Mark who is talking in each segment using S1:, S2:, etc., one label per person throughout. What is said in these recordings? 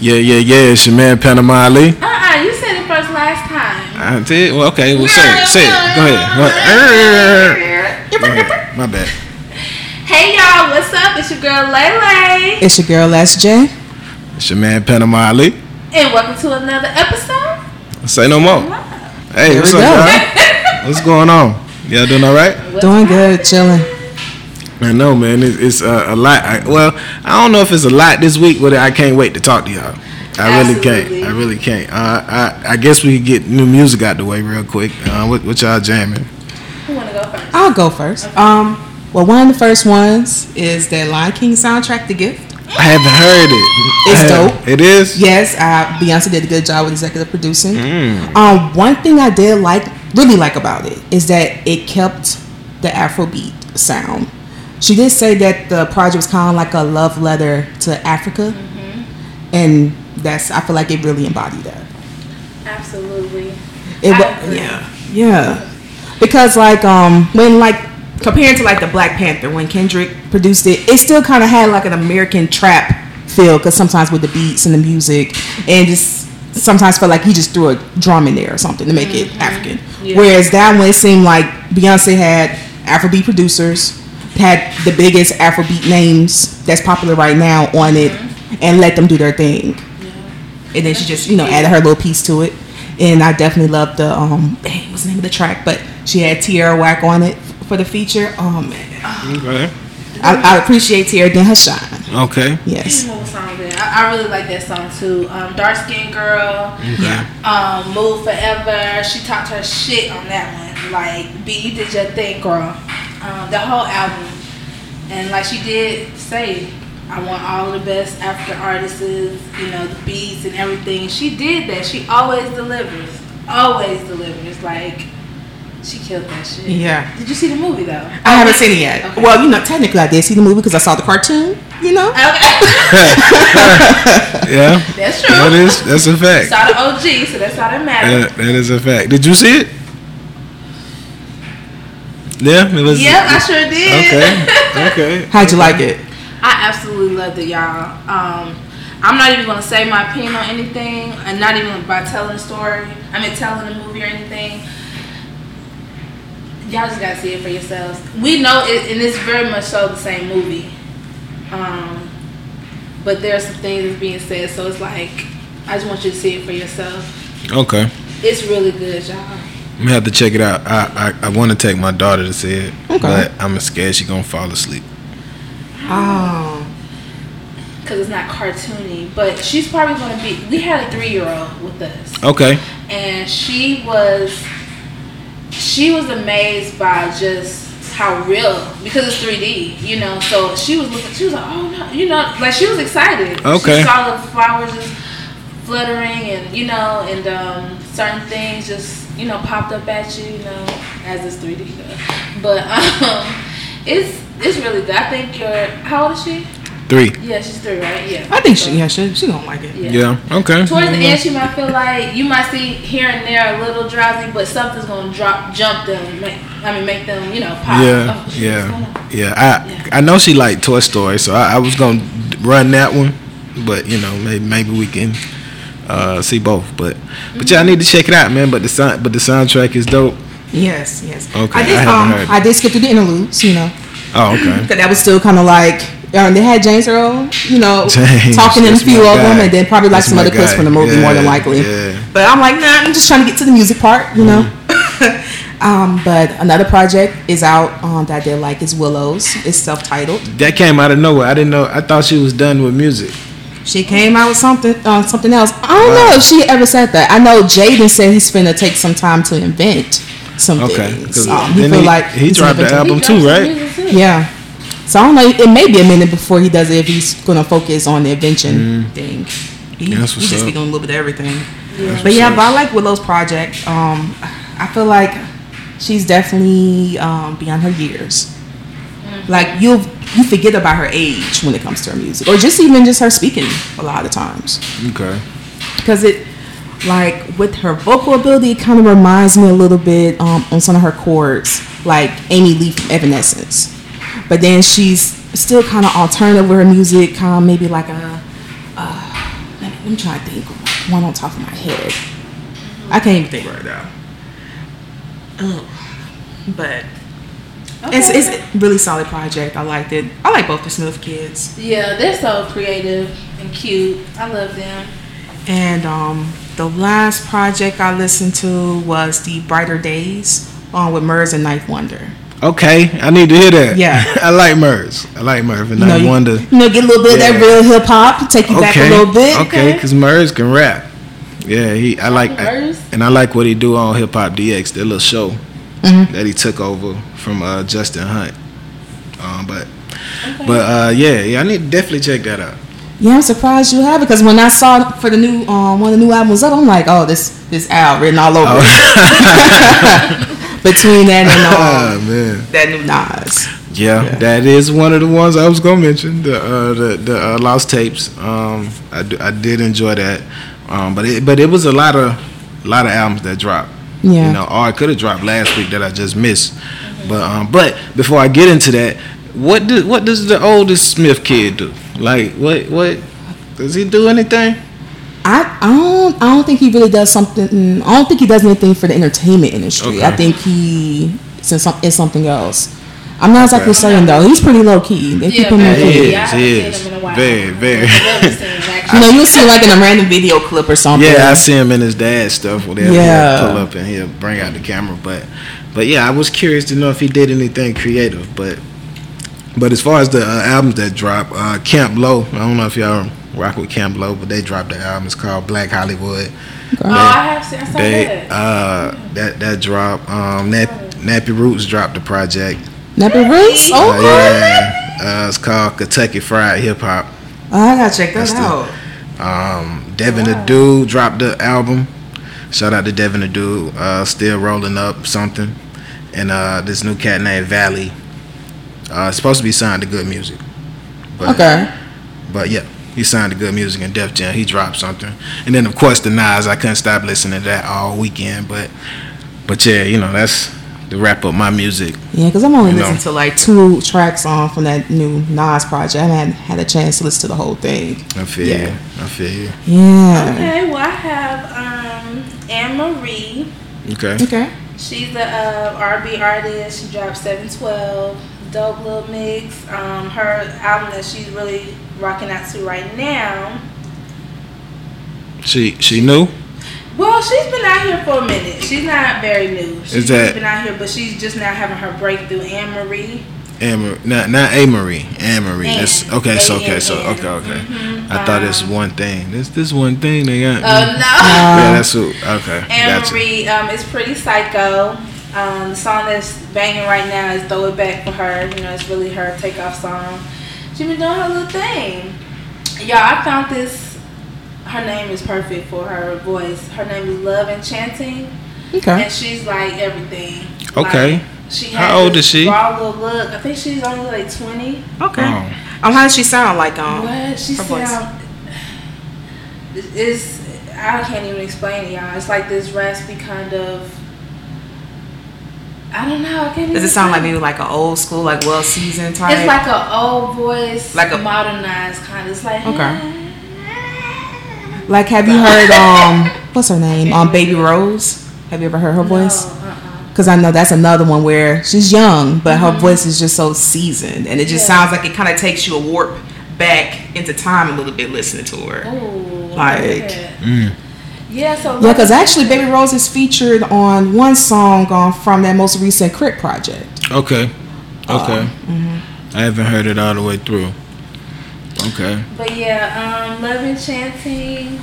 S1: Yeah, yeah, yeah. It's your man Panama Ali.
S2: Uh-uh, you said it first last time.
S1: I did. Well, okay. Well, say it. Say it. Go ahead. What- Go ahead. My bad.
S2: Hey y'all, what's up? It's your girl Lele.
S3: It's your girl SJ.
S1: It's your man Panama Ali.
S2: And welcome to another episode.
S1: Say no more. Hey,
S3: There
S1: what's
S3: we
S1: up,
S3: go.
S1: y'all? What's going on? Y'all doing all right?
S3: Doing good, chilling.
S1: I know, man. It's, it's uh, a lot. I, well, I don't know if it's a lot this week, but I can't wait to talk to y'all. I really
S2: Absolutely.
S1: can't. I really can't. Uh, I I guess we can get new music out the way real quick. Uh, what, what y'all jamming?
S2: Who wanna go first?
S3: I'll go first. Um, well, one of the first ones is the Lion King soundtrack, The Gift.
S1: I haven't heard it.
S3: It's
S1: I haven't-
S3: dope.
S1: It is.
S3: Yes, uh, Beyonce did a good job with executive producing. Um, one thing I did like, really like about it, is that it kept the Afrobeat sound. She did say that the project was kind of like a love letter to Africa, and that's I feel like it really embodied that.
S2: Absolutely.
S3: It
S2: I
S3: wa-
S2: agree.
S3: yeah, yeah. Because like um when like compared to like the Black Panther when Kendrick produced it, it still kind of had like an American trap feel because sometimes with the beats and the music and just sometimes felt like he just threw a drum in there or something to make it African.
S2: Mm-hmm. Yeah.
S3: Whereas that one it seemed like Beyonce had Afrobeat producers had the biggest Afrobeat names that's popular right now on it
S2: Mm-hmm.
S3: and let them do their thing and then she just you know added her little piece to it and i definitely loved the um dang what's the name of the track but she had tierra whack on it for the feature oh man
S1: Okay.
S3: i, I appreciate tierra then her shine
S1: Okay.
S2: She
S3: yes
S2: knows what song that- I, I really like that song too. Um, Dark Skin Girl, um, Move Forever. She talked her shit on that one. Like, B, you did your thing, girl. Um, the whole album. And like she did say, I want all the best African artists, you know, the beats and everything. She did that. She always delivers. Always delivers. Like, she killed that shit.
S3: yeah
S2: Did you see the movie though?
S3: i haven't seen it yet
S2: Okay.
S3: well you know technically i did see the movie because i saw the cartoon you know
S2: Okay.
S1: Yeah.
S2: that's true.
S1: That Uh, is. That's a fact.
S2: Saw the OG, so that's not a matter.
S1: That, that is a fact. Did you see it? Yeah, it was.
S2: yep, I sure did.
S1: Okay. Okay.
S3: how'd you like it
S2: I absolutely loved it, y'all. Um, I'm not even gonna say my opinion on anything, and not even by telling the story. I mean, telling the movie or anything. Y'all just gotta see it for yourselves. We know it, and it's very much so the same movie. Um, but there are some things that's being said, so it's like I just want you to see it for yourself.
S1: Okay.
S2: It's really good, y'all.
S1: I'm gonna have to check it out. I I, I want to take my daughter to see it,
S3: Okay.
S1: but I'm scared she's gonna fall asleep.
S3: oh
S2: because it's not cartoony. But she's probably going to be. We had a three year old with us,
S1: Okay.
S2: and she was she was amazed by just how real because it's 3D, you know. So she was looking. She was like, "Oh no," you know, like she was excited.
S1: Okay.
S2: She saw the flowers just fluttering, and you know, and um, certain things just you know popped up at you, you know, as it's 3D. Though. But um, it's it's really good. I think you're. How old is she?
S1: Three.
S2: Yeah, she's three, right? Yeah.
S3: i think she yeah she, she gonna like it
S2: Yeah.
S1: Yeah. Okay.
S2: Towards the end, she might feel like you might see here and there a little drowsy, but something's gonna drop, jump them. Make, I mean, make them, you know, pop.
S1: Yeah.
S2: Oh, shit, what's going on?
S1: Yeah. Yeah. I I know she liked Toy Story, so I, I was gonna run that one, but you know maybe maybe we can uh, see both. But but yeah, I need to check it out, man. But the sound but the soundtrack is dope.
S3: yes yes
S1: Okay,
S3: i did
S1: I haven't
S3: um
S1: heard.
S3: i did skip through the interludes you know
S1: Oh, okay.
S3: Cause that was still kind of like um, they had James Earl, you know,
S1: James,
S3: talking in a
S1: that's
S3: few
S1: my
S3: of them,
S1: guy.
S3: and then probably
S1: That's
S3: like some
S1: my
S3: other clips
S1: guy.
S3: from the movie, more than
S1: Yeah,
S3: likely.
S1: yeah.
S3: But I'm like, nah, I'm just trying to get to the music part, you know. um, but another project is out um, that I did like is Willows. It's self-titled.
S1: That came out of nowhere. I didn't know. I thought she was done with music.
S3: She came out with something on something else. I don't
S1: Wow.
S3: know if she ever said that. I know Jaden said he's finna take some time to invent some
S1: Okay.
S3: things.
S1: 'cause
S3: Um, he
S1: then
S3: feel like
S1: he
S3: he's
S1: dropped the
S3: inventing-
S1: album
S2: He
S1: too,
S2: dropped some
S1: right?
S2: music too.
S3: Yeah. So I don't know. It may be a minute before he does it if he's gonna focus on the invention thing. He,
S1: Mm. That's
S3: he
S1: what's
S3: just
S1: up.
S3: be doing a little bit of everything.
S1: That's
S3: But yeah,
S1: what's
S3: but I like Willow's project. Um, I feel like she's definitely um, beyond her years. Like you, will you forget about her age when it comes to her music, or just even just her speaking a lot of times
S1: Okay.
S3: because it like with her vocal ability it kind of reminds me a little bit um, on some of her chords like amy lee from evanescence but then she's still kind of alternative with her music kind of maybe like a uh, let me- I'm trying to think of one on top of my head. I can't even think right now. Oh, but it's it's a really solid project. I liked it. I like both the Snuff kids,
S2: yeah, they're so creative and cute. I love them.
S3: and um, the last project I listened to was the Brighter Days um, with Murs and Knife Wonder.
S1: Okay, I need to hear that.
S3: Yeah.
S1: I like Merz. I like Merv, and I
S3: you,
S1: wonder.
S3: you know, get a little bit of that
S1: Yeah.
S3: real hip hop, take you back a little bit.
S1: Okay, because Merz can rap. Yeah, he. I like. I,
S2: Merz?
S1: and I like what he do on Hip Hop DX, that little show
S3: Mhm.
S1: that he took over from uh, Justin Hunt. Um, but, but uh, yeah, yeah, I need to definitely check that out.
S3: Yeah, I'm surprised you have it because when I saw for the new um, one of the new albums up, I'm like, oh, this this Al written all
S1: Oh.
S3: over it. between that and
S1: Oh
S3: um,
S1: man,
S3: that new Nas.
S1: yeah,
S3: Yeah.
S1: that is one of the ones I was gonna mention. The uh, the, the uh, lost tapes. Um, I, do, I did enjoy that. Um, but it but it was a lot of lot of albums that dropped.
S3: Yeah,
S1: You know, or I could have dropped last week that I just missed. But um, but before I get into that, what do, what does the oldest Smith kid do? Like what what does he do anything?
S3: I, I don't I don't think he really does something. mm, I don't think he does anything for the entertainment industry.
S1: Okay.
S3: I think he it's, in some, it's something else. I'm not exactly
S1: Okay.
S3: certain though. He's pretty low key. They keep him
S2: very
S3: low
S1: very.
S3: key.
S1: is,
S2: pretty. I haven't
S1: he is.
S2: seen them in a while.
S1: Very, very.
S2: I've never seen them, actually. Oh,
S3: You know, you'll see like in a random video clip or something.
S1: Yeah, I see him in his dad's stuff. Whatever.
S3: Yeah.
S1: Yeah. Pull up and he'll bring out the camera. But but yeah, I was curious to know if he did anything creative. But but as far as the uh, albums that drop, uh, Camp Low. I don't know if y'all rock with Camp Low, but they dropped the album. It's called Black Hollywood.
S2: Oh, I have seen. I saw
S1: They
S2: that.
S1: uh that that drop um Nap, Nappy Roots dropped the project.
S3: Nappy Roots.
S1: Uh,
S3: Oh,
S1: yeah, uh, it's called Kentucky Fried Hip Hop.
S3: Oh, I gotta check that
S1: That's the-
S3: out.
S1: Um, Devin the Dude dropped the album. Shout out to Devin the Dude. Uh, still rolling up something, and uh this new cat named Valley. Uh, it's supposed to be signed to Good Music. But,
S3: Okay.
S1: But yeah, he signed to Good Music and Def Jam. He dropped something, and then of course the Nas. I couldn't stop listening to that all weekend. But but yeah, you know that's the wrap up my music.
S3: Yeah, because I'm only
S1: You know.
S3: listening to like two tracks on from that new Nas project. I haven't had a chance to listen to the whole thing.
S1: I feel
S3: Yeah.
S1: you. I feel you.
S3: Yeah.
S2: Okay, well, I have um, Anne Marie.
S1: Okay.
S3: Okay.
S2: She's a uh, R&B artist. She dropped 712, dope little mix. Um, her album that she's really rocking out to right now.
S1: She she knew.
S2: Well, she's been out here for a minute. She's not very new. She's
S1: Is that-
S2: been out here, but she's just now having her breakthrough. Anne Marie.
S1: Amory, not not A Marie, Anne Marie. That's
S2: Ann.
S1: okay. So okay. So
S2: A-N-N.
S1: okay. Okay.
S2: Mhm.
S1: I thought it's one thing. This this one thing they got.
S2: Oh no.
S1: yeah, that's who. Okay.
S2: Anne
S1: Gotcha.
S2: Marie um, is pretty psycho. Um, the song that's banging right now is "Throw It Back" for her. You know, it's really her takeoff song. She been doing her little thing. Y'all, I found this. Her name is perfect for her voice. Her name is Love Enchanting,
S3: Okay.
S2: and she's like everything.
S1: Okay.
S2: Like, she
S1: How
S2: has
S1: old is
S2: this
S1: she?
S2: Raw little look. I think she's only like twenty.
S3: Okay.
S1: Oh,
S3: Um, how does she sound like? Um.
S2: What she
S3: her voice.
S2: sound? It's I can't even explain it, y'all. It's like this raspy kind of. I don't know. I can't
S3: Does
S2: even
S3: it sound like
S2: explain
S3: maybe like an old school, like well seasoned type?
S2: It's like an old voice,
S3: Like
S2: like
S3: a-
S2: a modernized kind. It's like
S3: Okay. Like, have you heard um what's her name um Baby Rose? Have you ever heard her voice?
S2: No, uh-uh.
S3: Because I know that's another one where she's young, but her voice is just so seasoned, and it just
S2: Mm-hmm. Yeah.
S3: sounds like it kind of takes you a warp back into time a little bit listening to her.
S2: Ooh,
S3: Like- mm.
S2: yeah. yeah. So
S3: Yeah, because actually, Baby Rose is featured on one song um, from that most recent Crit project.
S1: okay. Okay.
S2: Mm-hmm.
S1: I haven't heard it all the way through. Okay.
S2: But yeah, um, Love Enchanting,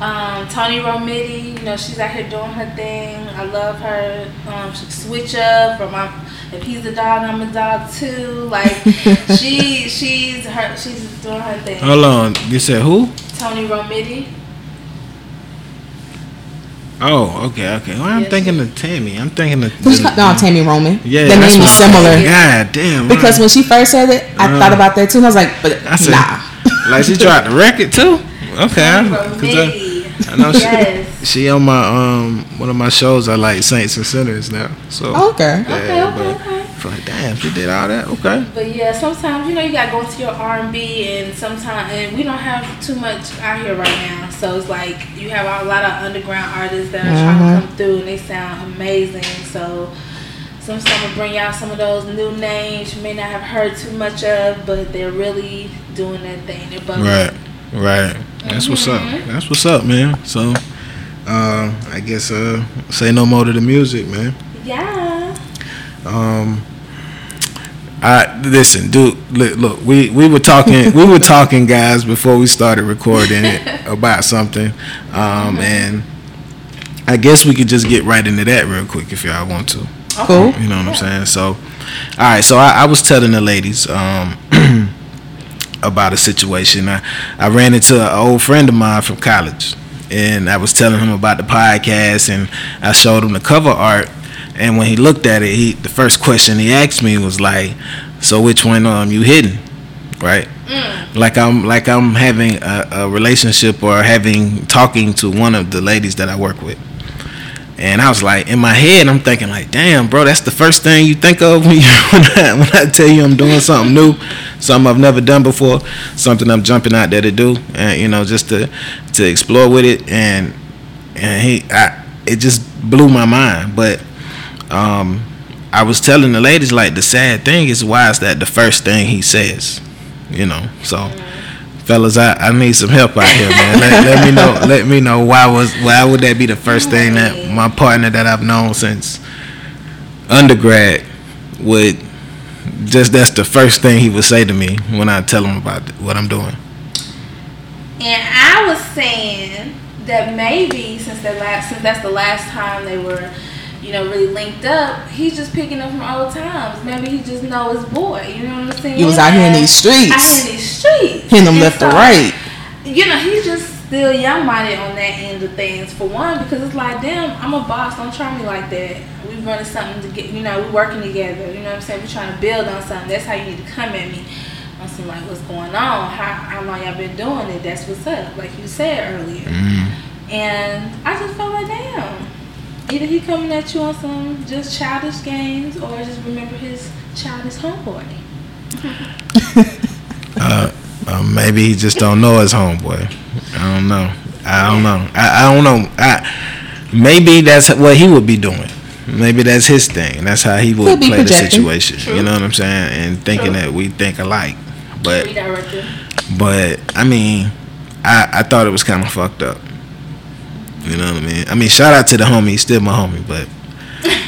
S2: um, Tony Romiti, you know, she's out here doing her thing. I love her. Um, she switch up from I'm, if he's a dog, I'm a dog too. Like she, she's her, she's doing her thing.
S1: Hold on. You said who?
S2: Tony Romiti.
S1: Oh, okay, okay. Well, I'm
S2: Yes.
S1: thinking of Tammy. I'm thinking of
S3: Who's ca- no, Tammy Roman.
S1: Mm-hmm. Yeah,
S3: the
S1: that's
S3: name was
S1: what I'm
S3: similar
S1: thinking. God damn.
S3: because when she first said it, I
S1: Uh,
S3: thought about that too, and I was like, but
S1: I said-
S3: nah.
S1: like she dropped the record too. Okay.
S2: Tony
S1: I- 'cause I-
S2: Romiti.
S1: I know she,
S2: Yes.
S1: she on my um one of my shows I like Saints and Sinners now. So
S3: Oh, okay.
S1: yeah,
S2: Okay, okay,
S1: but
S2: okay.
S1: feel like, damn, she did all that. Okay.
S2: But yeah, sometimes you know you gotta go to your R and B, and sometimes and we don't have too much out here right now. So it's like you have a lot of underground artists that are trying to come through, and they sound amazing. So sometimes I'm gonna bring out some of those new names you may not have heard too much of, but they're really doing their thing. They're bugging.
S1: Right, right. That's what's up. That's what's up, man. So, uh, I guess uh, say no more to the music, man.
S2: Yeah.
S1: Um, I listen, dude. li- Look, we we were talking, we were talking, guys, before we started recording it about something, um, and I guess we could just get right into that real quick if y'all want to.
S3: Cool.
S1: You know what I'm saying? So, all right. So I, I was telling the ladies um, about a situation. I, I ran into an old friend of mine from college, and I was telling him about the podcast, and I showed him the cover art. And when he looked at it, he the first question he asked me was like, "So which one um you hitting?" Right? Like I'm like I'm having a, a relationship or having talking to one of the ladies that I work with. And I was like, in my head, I'm thinking like, damn, bro, that's the first thing you think of when, you, when, I, when I tell you I'm doing something new, something I've never done before, something I'm jumping out there to do, and you know, just to to explore with it. And and he, I, it just blew my mind. But um, I was telling the ladies like, the sad thing is, why is that the first thing he says? You know, so. Fellas, I, I need some help out here, man. Let, let me know. Let me know why was why would that be the first thing that my partner that I've known since undergrad would just that's the first thing he would say to me when I tell him about what I'm doing.
S2: And I was saying that maybe since that last since that's the last time they were, you know, really linked up, he's just picking up from old times. Maybe he just know his boy. You know what I'm saying?
S3: He was out here in these streets.
S2: Out here in these streets.
S3: Hitting them
S2: And
S3: left
S2: so,
S3: or right.
S2: You know, he's just still young minded on that end of things for one, because it's like, damn, I'm a boss, don't try me like that. We running something to get you know, we're working together, you know what I'm saying? We're trying to build on something. That's how you need to come at me. I'm saying like what's going on? How how long y'all been doing it? That's what's up, like you said earlier.
S3: Mm-hmm.
S2: And I just felt like damn. Either he coming at you on some just childish games or just remember his childish homeboy.
S1: Uh, maybe he just don't know his homeboy. I don't know. I don't know. I, I don't know. I maybe that's what he would be doing. Maybe that's his thing. That's how he would
S3: Could be
S1: play the
S3: projecting.
S1: situation. You know what I'm saying? And thinking
S2: True.
S1: that we think alike, but.
S2: Redirect him.
S1: But I mean, I, I thought it was kind of fucked up. You know what I mean? I mean, shout out to the homie. He's still my homie, but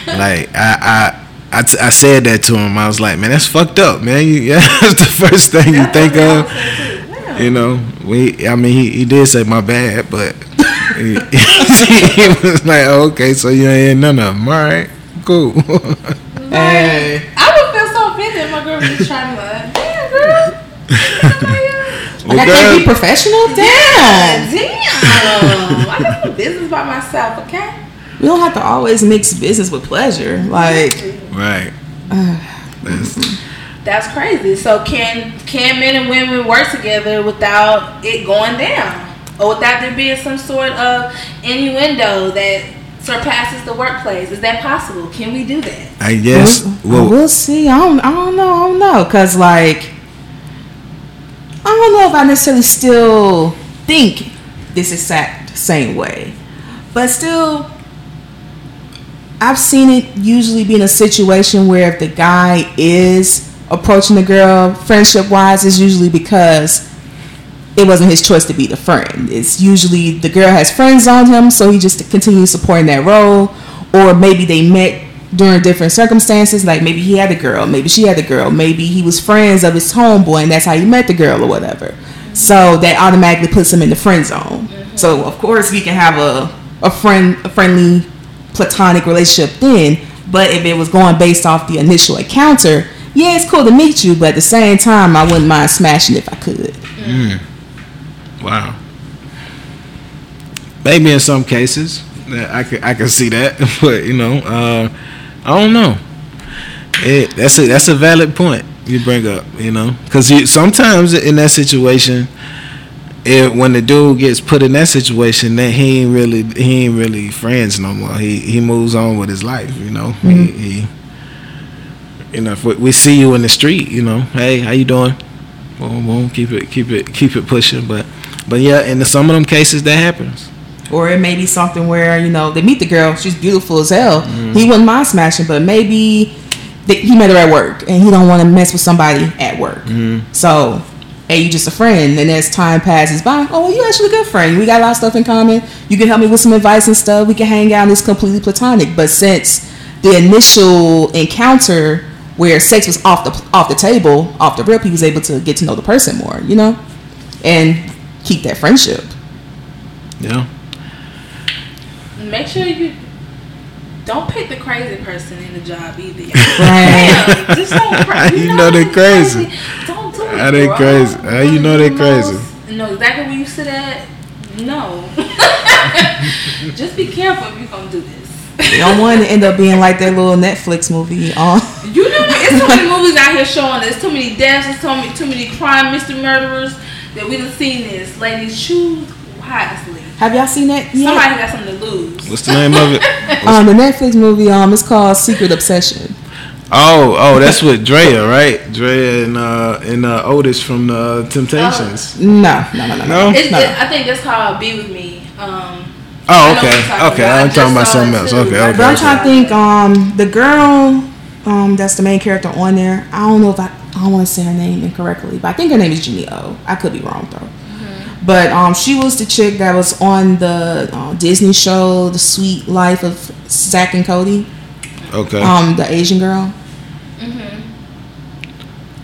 S1: like I I I, t- I said that to him. I was like, man, that's fucked up, man. You, yeah, that's the first thing you think of. You know, we. I mean, he, he did say my bad, but he, he was like, "Oh, okay, so you ain't had none of them. All right, cool.
S3: Hey.
S2: I would feel so offended. My girl was trying to like, damn girl. uh,
S3: I can't be professional? Damn.
S2: Damn. I got some business by myself, okay?
S3: We don't have to always mix business with pleasure. Like,
S1: right. That's-
S2: That's crazy. So can can men and women work together without it going down? Or without there being some sort of innuendo that surpasses the workplace? Is that possible? Can we do that?
S1: I guess.
S3: We'll,
S1: Well,
S3: we'll see. I don't, I don't know. I don't know. Cause like, I don't know if I necessarily still think this exact same way, but still, I've seen it usually be in a situation where if the guy is approaching the girl friendship wise, it's usually because it wasn't his choice to be the friend. It's usually the girl has friends on him, so he just continues supporting that role. Or maybe they met during different circumstances, like maybe he had a girl, maybe she had a girl, maybe he was friends of his homeboy, and that's how he met the girl or whatever. So that automatically puts him in the friend zone. So of course we can have a, a friend a friendly platonic relationship then, but if it was going based off the initial encounter, yeah, it's cool to meet you, but at the same time I wouldn't mind smashing if I could.
S1: Wow. Maybe in some cases that I could I could see that, but you know, uh, I don't know. It, that's a that's a valid point you bring up, you know, because sometimes in that situation, if when the dude gets put in that situation, that he ain't really he ain't really friends no more. He he moves on with his life, you know. He, he you know, if we, we see you in the street, you know, hey, how you doing? Boom, boom, keep it, keep it, keep it pushing. But, but yeah, in the, some of them cases that happens.
S3: Or it may be something where, you know, they meet the girl, she's beautiful as hell. He wouldn't mind smashing, but maybe th- he met her at work and he don't want to mess with somebody at work. So, hey, you just a friend. And as time passes by, oh, you actually a good friend. We got a lot of stuff in common. You can help me with some advice and stuff. We can hang out. And it's completely platonic. But since the initial encounter where sex was off the off the table, off the rip, he was able to get to know the person more, you know, and keep that friendship.
S1: Yeah.
S2: Make sure you don't pick the crazy person in the job either. y'all.
S3: Right.
S2: Damn, just don't cra-
S1: You know they crazy.
S2: Don't do it.
S1: How they
S2: bro.
S1: crazy. How you know they
S2: Who
S1: crazy?
S2: knows- Know exactly where you sit at. No. just be careful if you're gonna do this.
S3: You don't want to end up being like that little Netflix movie. Um,
S2: You know, it's too many movies out here showing this. Too many deaths. There's too many, too many crime, Mr. Murderers that we done seen this. Ladies, choose wisely.
S3: have y'all seen that? yet?
S2: Somebody got something to lose.
S1: What's the name of it?
S3: Um, the Netflix movie. Um, it's called Secret Obsession.
S1: Oh, oh, that's with Drea, right? Drea and uh and uh, Otis from the Temptations.
S3: No, no, no, no. no.
S1: No.
S2: It's,
S3: No.
S2: Uh, it- I think that's called "Be with Me." Um,
S1: Oh,
S2: I know
S1: okay,
S2: what you're talking
S1: okay.
S2: about. I
S1: I'm
S2: just
S1: talking about
S2: saw
S1: something
S2: it
S1: else.
S2: too.
S1: Okay,
S3: But I'm
S1: okay.
S3: trying to think. Um, the girl, um, that's the main character on there. I don't know if I, I don't want to say her name incorrectly, but I think her name is Jimmy O. I could be wrong though. But um, she was the chick that was on the uh, Disney show, The Sweet Life of Zach and Cody.
S1: Okay.
S3: Um, the Asian girl.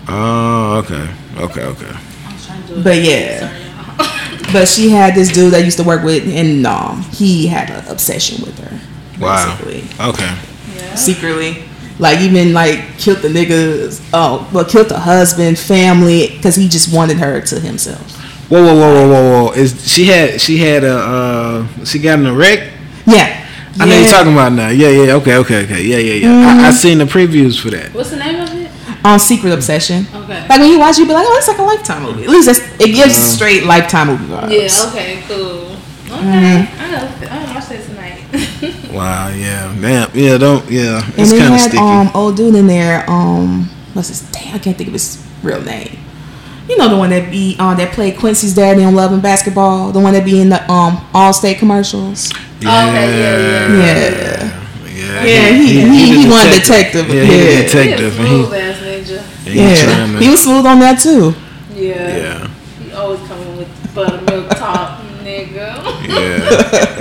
S1: Oh, okay, okay, okay.
S2: I'm trying to do it.
S3: But yeah.
S2: Sorry, y'all.
S3: But she had this dude that I used to work with, and um, he had an obsession with her.
S1: Wow.
S3: Basically.
S1: Okay.
S2: yeah.
S3: Secretly. Like, even like killed the niggas, oh, well, killed the husband, family, because he just wanted her to himself.
S1: Whoa, whoa, whoa, whoa, whoa, whoa! Is she had she had a uh she got in a wreck?
S3: Yeah.
S1: I know
S3: yeah.
S1: you're talking about now. Yeah, Mm-hmm. yeah. Okay, okay, okay. Yeah, yeah, yeah. I, I seen the previews for that.
S2: What's the name of it?
S3: On Secret Obsession.
S2: Okay.
S3: Like, when you watch it, you be like, oh, it's like a Lifetime movie. At least that's, it gives
S1: Mm.
S3: straight Lifetime movie vibes.
S2: Yeah. Okay. Cool. Okay.
S1: Mm-hmm.
S2: I gotta, I gotta watch that tonight.
S1: Wow. Yeah. Damn. Yeah. Don't. Yeah.
S3: And
S1: It's
S3: they
S1: kind of
S3: had
S1: sticky.
S3: um old dude in there. Um, what's his? Damn, I can't think of his real name. You know the one that be uh, that played Quincy's daddy on Love and Basketball. The one that be in the um All State commercials. Oh,
S1: yeah.
S2: okay,
S1: Uh,
S2: yeah,
S3: Yeah.
S1: Yeah.
S3: Yeah, he- he- he
S1: the
S3: wanted detective.
S1: Yeah. He
S3: Yeah.
S1: the
S2: He a
S1: detective. and he-
S2: smooth ass ninja.
S1: and he
S3: Yeah,
S1: trying to-
S3: he was smooth on that too.
S2: Yeah.
S1: Yeah.
S2: He always coming with buttermilk top, nigga.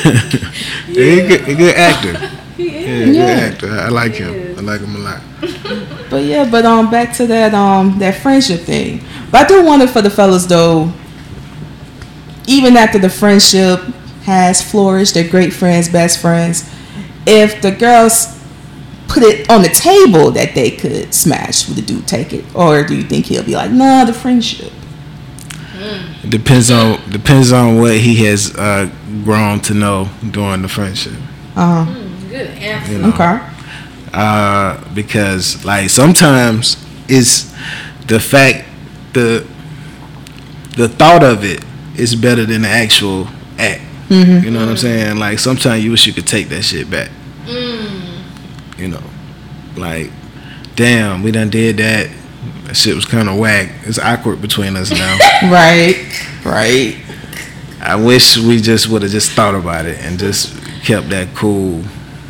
S1: Yeah. Yeah. He's a good, he good actor.
S2: He is.
S1: Yeah, good
S3: Yeah.
S1: actor. I like him.
S2: Yes.
S1: I like him a lot.
S3: But yeah, but um, back to that um that friendship thing. But I do wonder for the fellas though. Even after the friendship has flourished, they're great friends, best friends. If the girls put it on the table that they could smash, would the dude take it, or do you think he'll be like, "Nah, the friendship"?
S1: Depends on depends on what he has uh, grown to know during the friendship.
S3: Uh,
S2: Mm, Good answer.
S1: You know,
S3: okay.
S1: uh, because like sometimes it's the fact the the thought of it is better than the actual act. You know what I'm saying? Like sometimes you wish you could take that shit back. You know, like damn, we done did that. That shit was kind of whack. It's awkward between us now.
S3: Right. Right.
S1: I wish we just would have just thought about it and just kept that cool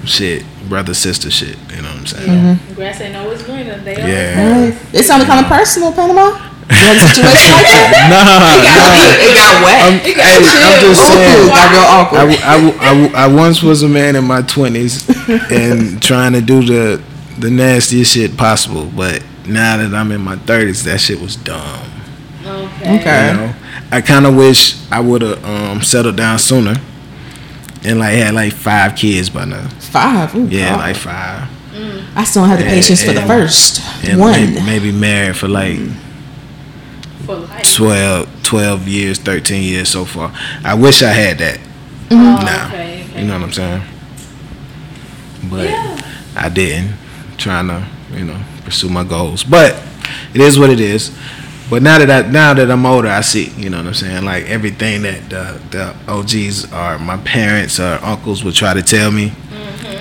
S1: shit, brother sister shit. You know what I'm saying?
S2: Grass ain't always greener. They
S1: Yeah.
S3: Right. It sounded kind of personal, Panama. You had a situation like that?
S1: Nah, nah.
S3: It got
S1: I'm, hey,
S3: wet.
S2: chill.
S1: I'm just
S3: Awkward.
S1: saying.
S3: Got real awkward.
S1: I, w- I w- I w- I once was a man in my twenties and trying to do the the nastiest shit possible, but now that I'm in my thirties, that shit was dumb.
S2: are. Okay.
S3: Okay.
S1: You know, I kind of wish I would have um, settled down sooner and like had like five kids by now.
S3: Five. Ooh,
S1: Yeah,
S3: God.
S1: like five,
S3: I still don't have the
S1: And-
S3: patience for the
S1: and-
S3: first
S1: and
S3: one. Mm.
S1: may- maybe married for like
S2: For life.
S1: 12, 12 years, thirteen years so far. I wish I had that.
S2: Oh,
S1: now.
S2: okay, okay.
S1: You know what I'm saying? But
S2: Yeah.
S1: I didn't. Trying to, you know, pursue my goals. But it is what it is. But now that I now that I'm older, I see, you know what I'm saying? Like everything that the, the OGs or my parents or uncles would try to tell me.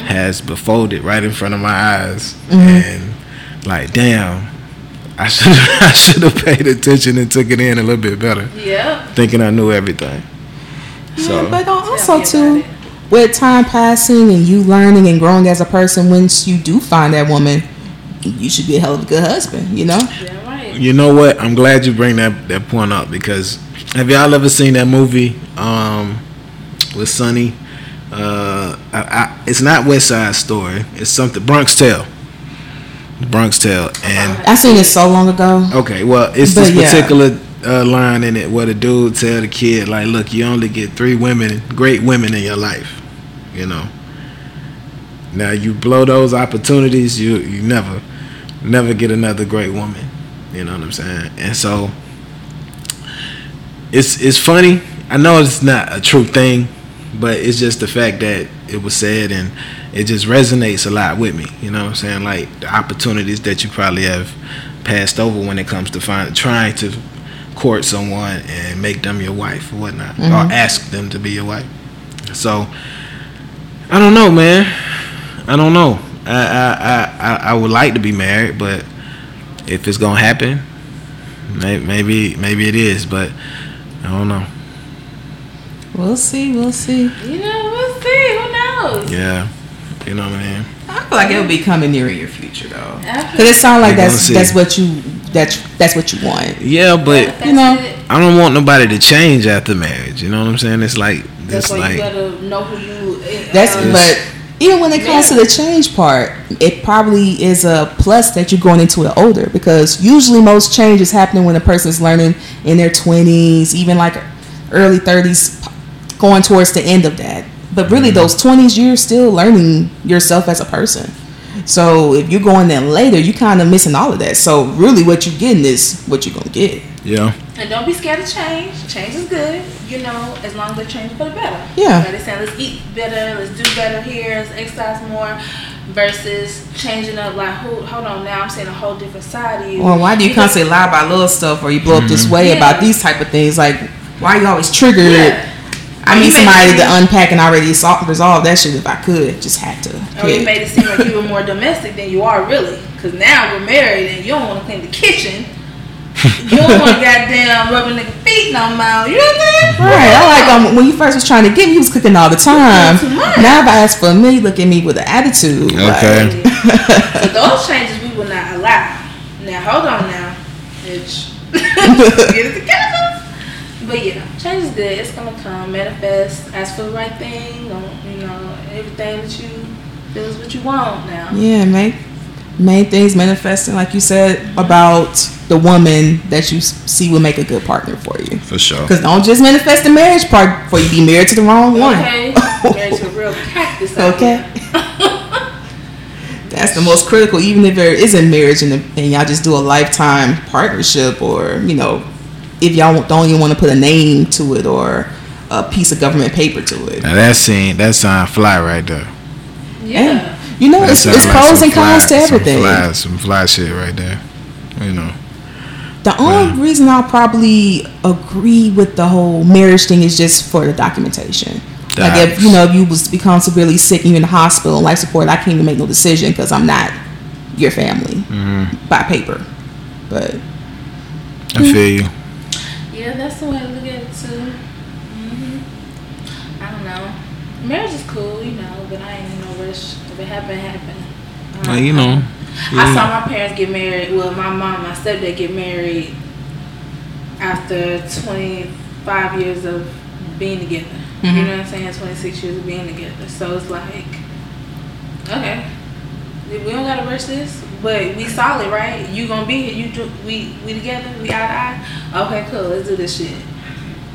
S1: has befolded right in front of my eyes, and like, damn, I should I should have paid attention and took it in a little bit better,
S2: Yep.
S1: thinking I knew everything. So
S3: Yeah, but
S2: Tell
S3: also
S2: me
S3: too,
S2: about
S3: with time passing and you learning and growing as a person, once you do find that woman, you should be a hell of a good husband. You know,
S2: Yeah, right.
S1: You know what? I'm glad you bring that, that point up because have y'all ever seen that movie um, with Sonny? Uh, I, I, it's not West Side Story. It's something Bronx Tale. The Bronx Tale, and
S3: I seen it so long ago.
S1: okay, well, it's this
S3: But yeah.
S1: particular uh, line in it where the dude tell the kid like, "Look, you only get three women, great women in your life, you know. Now you blow those opportunities, you you never, never get another great woman. You know what I'm saying? And so." it's it's funny. I know it's not a true thing, but it's just the fact that it was said and it just resonates a lot with me. You know what I'm saying? Like the opportunities that you probably have passed over when it comes to find trying to court someone and make them your wife or whatnot,
S2: Mm-hmm.
S1: or ask them to be your wife. So I don't know, man. I don't know. I I I, I- I would like to be married, but if it's gonna happen, may- maybe maybe it is, but I don't know.
S3: We'll see. We'll see.
S2: You know, we'll see. Who knows?
S1: Yeah, you know what I mean.
S3: I feel like it'll be coming near in your future though.
S2: After-
S3: Cause it sounds like
S1: We gonna
S3: that's
S1: see.
S3: that's what you that's that's what you want.
S1: Yeah, but
S2: That's
S3: you know,
S2: it.
S1: I don't want nobody to change after marriage. You know what I'm saying? It's like
S2: That's
S1: it's
S2: why you
S1: like
S2: gotta know who you. eh,
S3: That's
S2: um,
S3: but even when it comes to the change part, it probably is a plus that you're going into it older because usually most change is happening when a person's learning in their twenties, even like early thirties, going towards the end of that. But really,
S2: Mm-hmm.
S3: those twenties, you're still learning yourself as a person. So if you're going in later, you're kind of missing all of that. So really, what you're getting is what you're gonna get.
S1: yeah,
S2: And don't be scared of change. Change is good, you know, as long as the change is for the better.
S3: Yeah.
S2: Like they say, let's eat better, let's do better here, let's exercise more, versus changing up like, hold, hold on, now I'm seeing a whole different side of you.
S3: Well, why do you
S2: Because- Mm-hmm.
S3: constantly lie about little stuff or you blow up this way
S2: Yeah.
S3: about these type of things? Like, why are you always triggered?
S2: Yeah. Or
S3: I need
S2: you made
S3: somebody
S2: it
S3: to
S2: seem-
S3: unpack and already sol- resolve that shit if I could. Just had to.
S2: Or you
S3: Yeah.
S2: Oh, made it seem like you were more domestic than you are really. Because now we're married and you don't want to clean the kitchen. You don't want to goddamn rubbing nigga feet no more. You know what I'm saying?
S3: Right, I like um, when you first was trying to get me, you was cooking all the time.
S2: Too much.
S3: Now if I ask for a meal, you look at me with an attitude.
S1: Okay.
S2: So those changes we will not allow. Now hold on now, bitch. Get it together. But yeah, change is good. It's gonna come, manifest. Ask for the right thing. Don't, you know, everything that you feel is what you want now.
S3: Yeah, make main things manifesting, like you said about the woman that you s- see will make a good partner for you.
S1: for sure.
S3: Because don't just manifest the marriage part before you be married to the wrong one.
S2: Okay. Married to a real cactus. out
S3: Okay.
S2: here.
S3: That's the most critical, even if there isn't marriage and, and y'all just do a lifetime partnership, or you know, if y'all don't even want to put a name to it or a piece of government paper to it.
S1: Now that scene, that sound fly right there.
S2: yeah.
S3: You know,
S1: That
S3: it's,
S1: sound
S3: it's
S1: like
S3: pros
S1: some
S3: and cons to
S1: fly-
S3: everything.
S1: Some fly, some fly shit right there. You know.
S3: The only reason I'll probably agree with the whole marriage thing is just for the documentation. Like if
S1: Docs.
S3: you know if you was become severely sick and you're in the hospital and life support, I can't even make no decision because I'm not your family
S1: Mm-hmm.
S3: by paper. But
S1: I feel you.
S2: Yeah, that's the way I look at it too. hmm I don't know. Marriage is cool, you know, but I ain't in no rush. If it happen, happen.
S1: Like you know.
S2: I saw my parents get married. Well, my mom, and my stepdad get married after 25 years of being together. You know what I'm saying? 26 years of being together. So it's like, okay, we don't gotta rush this, but we solid, right? You gonna be here? You do, we we together? We eye to eye? Okay, cool. Let's do this shit.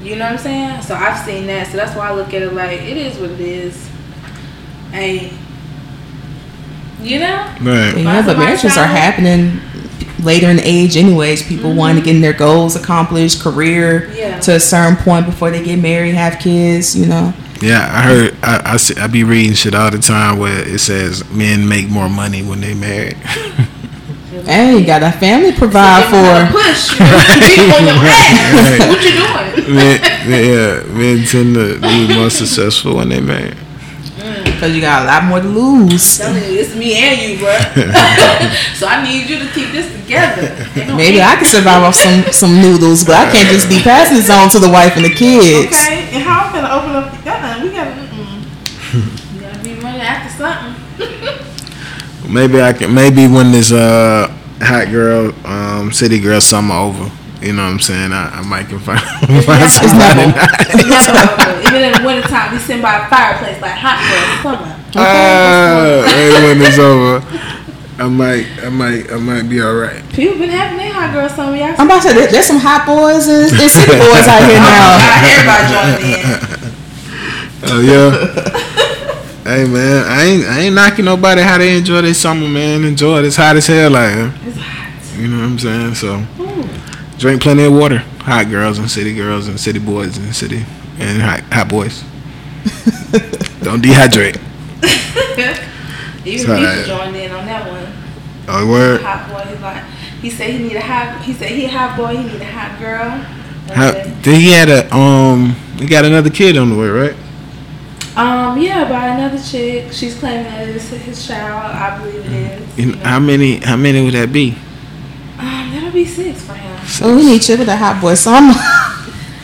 S2: You know what I'm saying? So I've seen that. So that's why I look at it like it is what it is. Ain't you know?
S1: Right.
S3: Yeah, but marriages are happening later in age, anyways. People wanting to get their goals accomplished, career
S2: Mm-hmm. Yeah.
S3: to a certain point before they get married, have kids. You know,
S1: Yeah, I heard. I, I see- I be reading shit all the time where it says men make more money when they married.
S3: hey, you got a family to provide
S2: Give
S3: for.
S2: them a push. You know, keep on your ass.
S1: Right.
S2: What you doing?
S1: men, men- yeah, men tend to be more successful when they married.
S3: because you got a lot more to lose.
S2: Telling you, it's me and you, bro. so I need you to keep this together. They don't
S3: Maybe
S2: eat.
S3: I can survive off some some noodles, but I can't just be passing this on to the wife and the kids.
S2: Okay, and how I'm gonna open up? Uh-uh, we gotta. Mm-mm. we gotta be running after something.
S1: Maybe I can. Maybe when this uh hot girl, um, city girl summer over, you know what I'm saying? I, I might can find, find
S2: It's
S1: somebody.
S3: never-
S2: It's never over. Even in the wintertime, we sit by a fireplace like hot girl summer.
S1: Uh, hey, when it's over, I might, I might, I might be all right.
S2: People been having their hot girl summer. Y'all
S3: I'm about to say there- there's some hot boys and, and city boys out here
S2: Oh everybody joining in.
S3: now.
S1: Oh yeah. hey man, I ain't, I ain't knocking nobody how they enjoy their summer, man. Enjoy it. It's hot as hell out here.
S2: It's hot.
S1: You know what I'm saying? So
S2: Ooh.
S1: drink plenty of water. Hot girls and city girls and city boys and city and hot, hot boys. Don't dehydrate.
S2: Even
S1: Sorry.
S2: Nisha joined in on that one.
S1: Oh word.
S2: Hot boy, he's like, he said he need a hot. He said he a hot boy. He need a hot girl.
S1: How,
S2: Okay.
S1: then he had a um. He got another kid on the way, right?
S2: Um, yeah, by another chick. She's claiming that it's his child. I believe it is.
S1: You
S2: You
S1: know,
S2: know.
S1: how many? How many would that be?
S2: Um, that'll be six for him.
S3: So we need you with a hot boy summer.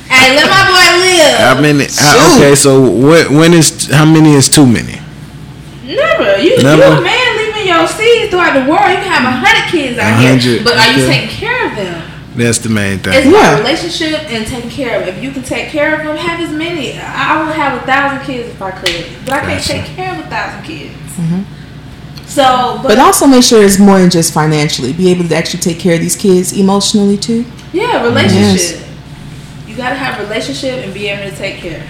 S2: Hey, let my boy live.
S1: How many? How,
S3: Shoot.
S1: okay, so what? When is how many is too many?
S2: Never. You, you
S1: Never?
S2: a man leaving your seeds throughout the world. You can have a hundred kids out here,
S1: 100,
S2: but are you
S1: okay.
S2: taking care of them?
S1: That's the main
S2: It's
S1: thing.
S2: about
S3: Yeah.
S2: relationship and taking care of. If you can take care of them, have as many. I I would have a thousand kids if I could, but I can't
S1: Gotcha.
S2: take care of a thousand kids. So, but,
S3: Mm-hmm. But also make sure it's more than just financially. Be able to actually take care of these kids emotionally too.
S2: yeah, relationship. You gotta have relationship and be able to take care.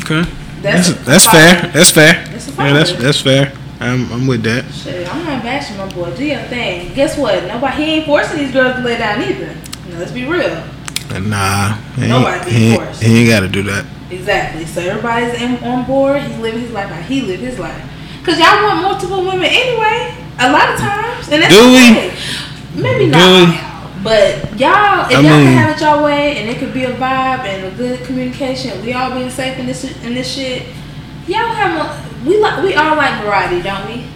S1: Okay,
S2: That's
S1: that's that's fair.
S2: fine.
S1: That's fair.
S2: That's a
S1: Yeah, that's
S2: fine.
S1: that's fair. I'm I'm with that.
S2: Shit, I'm not bashing my boy. Do your thing. Guess what? Nobody. He ain't forcing these girls to lay down either. Now, let's be real.
S1: Nah, he ain't,
S2: Nobody
S1: he, ain't-
S2: forced.
S1: he ain't got to do that.
S2: Exactly. So everybody's in, on board. He's living his life how he lived his life. Cause y'all want multiple women anyway. A lot of times, and that's
S1: Do we?
S2: okay. Maybe not.
S1: Do we?
S2: all, But y'all, if
S1: I
S2: y'all
S1: mean-
S2: can have it your way, and it could be a vibe and a good communication, we all being safe in this in this shit. Y'all have a, we like we all like variety, don't we?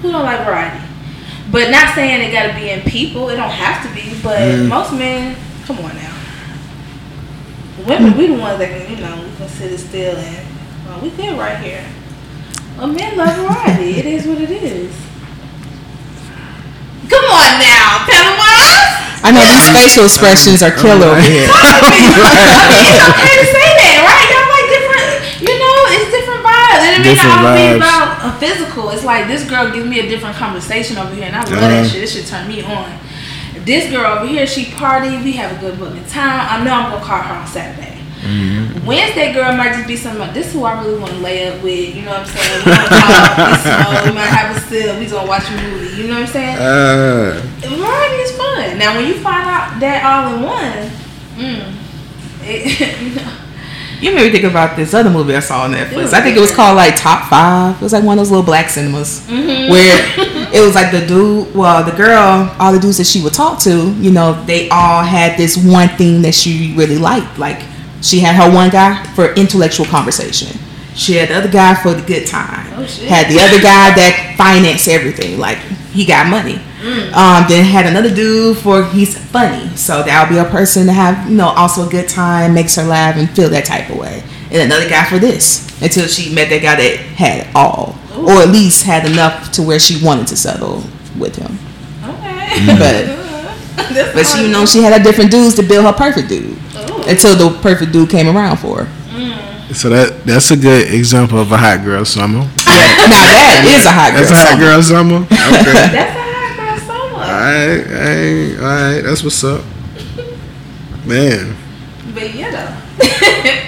S2: Who don't like variety? But not saying it gotta be in people. It don't have to be. But
S1: Mm.
S2: most men, come on now. Women, we the ones that can, you know, we can sit it still and well, we good right here. Well, men love variety. it is what it is. Come on now, Pennywise.
S3: I know these facial expressions are killer over here.
S2: I mean, it's okay to say that, right? Y'all like different, you know, it's different vibes. And it may
S1: Different
S2: not all
S1: vibes.
S2: be about a physical. It's like this girl gives me a different conversation over here, and I love that
S1: Uh-huh.
S2: shit. This should turn me on. This girl over here, she party. We have a good booking time. I know I'm gonna call her on Saturday.
S1: Mm-hmm.
S2: Wednesday girl might just be something like this. Is who I really want to lay up with. You know what I'm saying? We gonna talk, we smoke, we might have a sip. We gonna watch a movie. You know what I'm saying?
S1: Uh,
S2: Variety is fun. Now, when you find out that all in one, mm, it, you know,
S3: You made me think about this other movie I saw on Netflix. I think it was called like Top Five. It was like one of those little black cinemas where it was like the dude, well, the girl, all the dudes that she would talk to, you know, they all had this one thing that she really liked. Like she had her one guy for intellectual conversation. She had the other guy for the good time.
S2: Oh, shit.
S3: Had the other guy that financed everything. Like he got money. Um, then had another dude for he's funny. So that'll be a person to have, you know, also a good time, makes her laugh and feel that type of way. And another guy for this until she met that guy that had it all, or at least had enough to where she wanted to settle with him.
S2: okay. But,
S3: But she, you know, she had a different dudes to build her perfect dude
S2: Oh.
S3: until the perfect dude came around for her.
S1: so that that's a good example of a hot girl summer.
S3: now that is a hot girl.
S1: That's a hot
S3: summer.
S1: girl summer. Okay.
S2: That's a hot girl summer.
S1: all right, all right, all right. That's what's up, man.
S2: But yeah, though.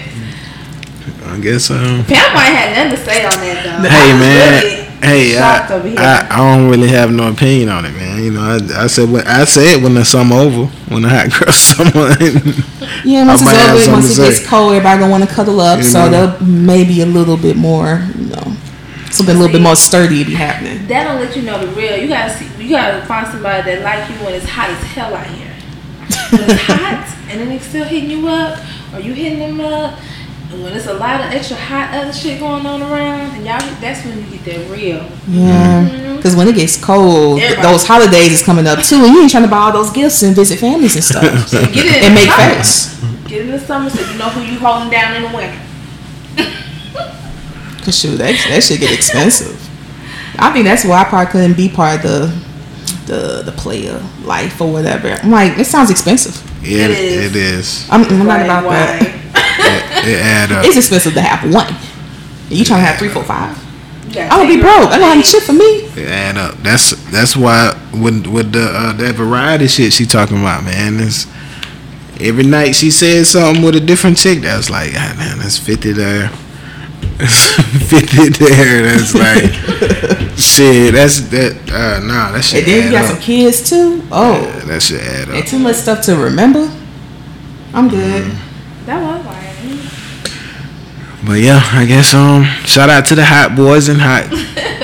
S1: I guess um.
S2: Pam might have nothing to say on that, though.
S1: Hey
S2: I'm
S1: man,
S2: really
S1: hey, I,
S2: shocked over here.
S1: I, I don't really have no opinion on it, man. You know, I, I said when I said when the summer over, when the hot girl summer. end.
S3: Yeah, once
S1: I
S3: it's
S1: might have
S3: over, with, once it
S1: something to
S3: gets
S1: say.
S3: cold, everybody gonna want to cuddle up.
S1: You
S3: so
S1: know.
S3: they'll maybe a little bit more, you know, something a little bit more sturdy be happening.
S2: That'll let you know the real. You gotta see. You gotta find somebody that like you when it's hot as hell out here. When it's hot and then they still hitting you up, or you hitting them up. when it's a lot of extra hot other shit going on around, and y'all, that's when you get that real.
S3: Yeah. Because when it gets cold, th-
S2: Everybody-
S3: those holidays is coming up too, and you ain't trying to buy all those gifts and visit families and stuff
S2: So get it in
S3: and
S2: the
S3: make
S2: summer.
S3: fest.
S2: Get in the summer so you know who you holding down in the winter.
S3: Cause shoot, that that should get expensive. I think that's why I probably couldn't be part of the the the player life or whatever. I'm like, it sounds expensive.
S1: Yeah,
S2: It
S1: it,
S2: is.
S1: it is.
S3: I'm, I'm not
S2: Like,
S3: about that.
S2: why?
S1: It, it add up.
S3: It's expensive to have one. You trying to have three, four, five?
S2: You gotta
S3: I'm gonna
S2: take
S3: be
S2: your
S3: broke. I don't have any
S2: place.
S3: shit for me.
S1: It add up. That's that's why when with the uh, that variety shit she talking about, man. It's, every night she said something with a different chick. That was like, ah, man, that's fifty there, fifty there. That's like, shit. That's that. Uh, nah, that shit.
S3: And then you
S1: add
S3: got
S1: up.
S3: some kids too.
S1: Yeah,
S3: Oh,
S1: that shit add
S3: and
S1: up.
S3: too much stuff to remember. I'm good.
S1: Mm-hmm.
S2: That was like,
S1: But yeah, I guess um, shout out to the hot boys and hot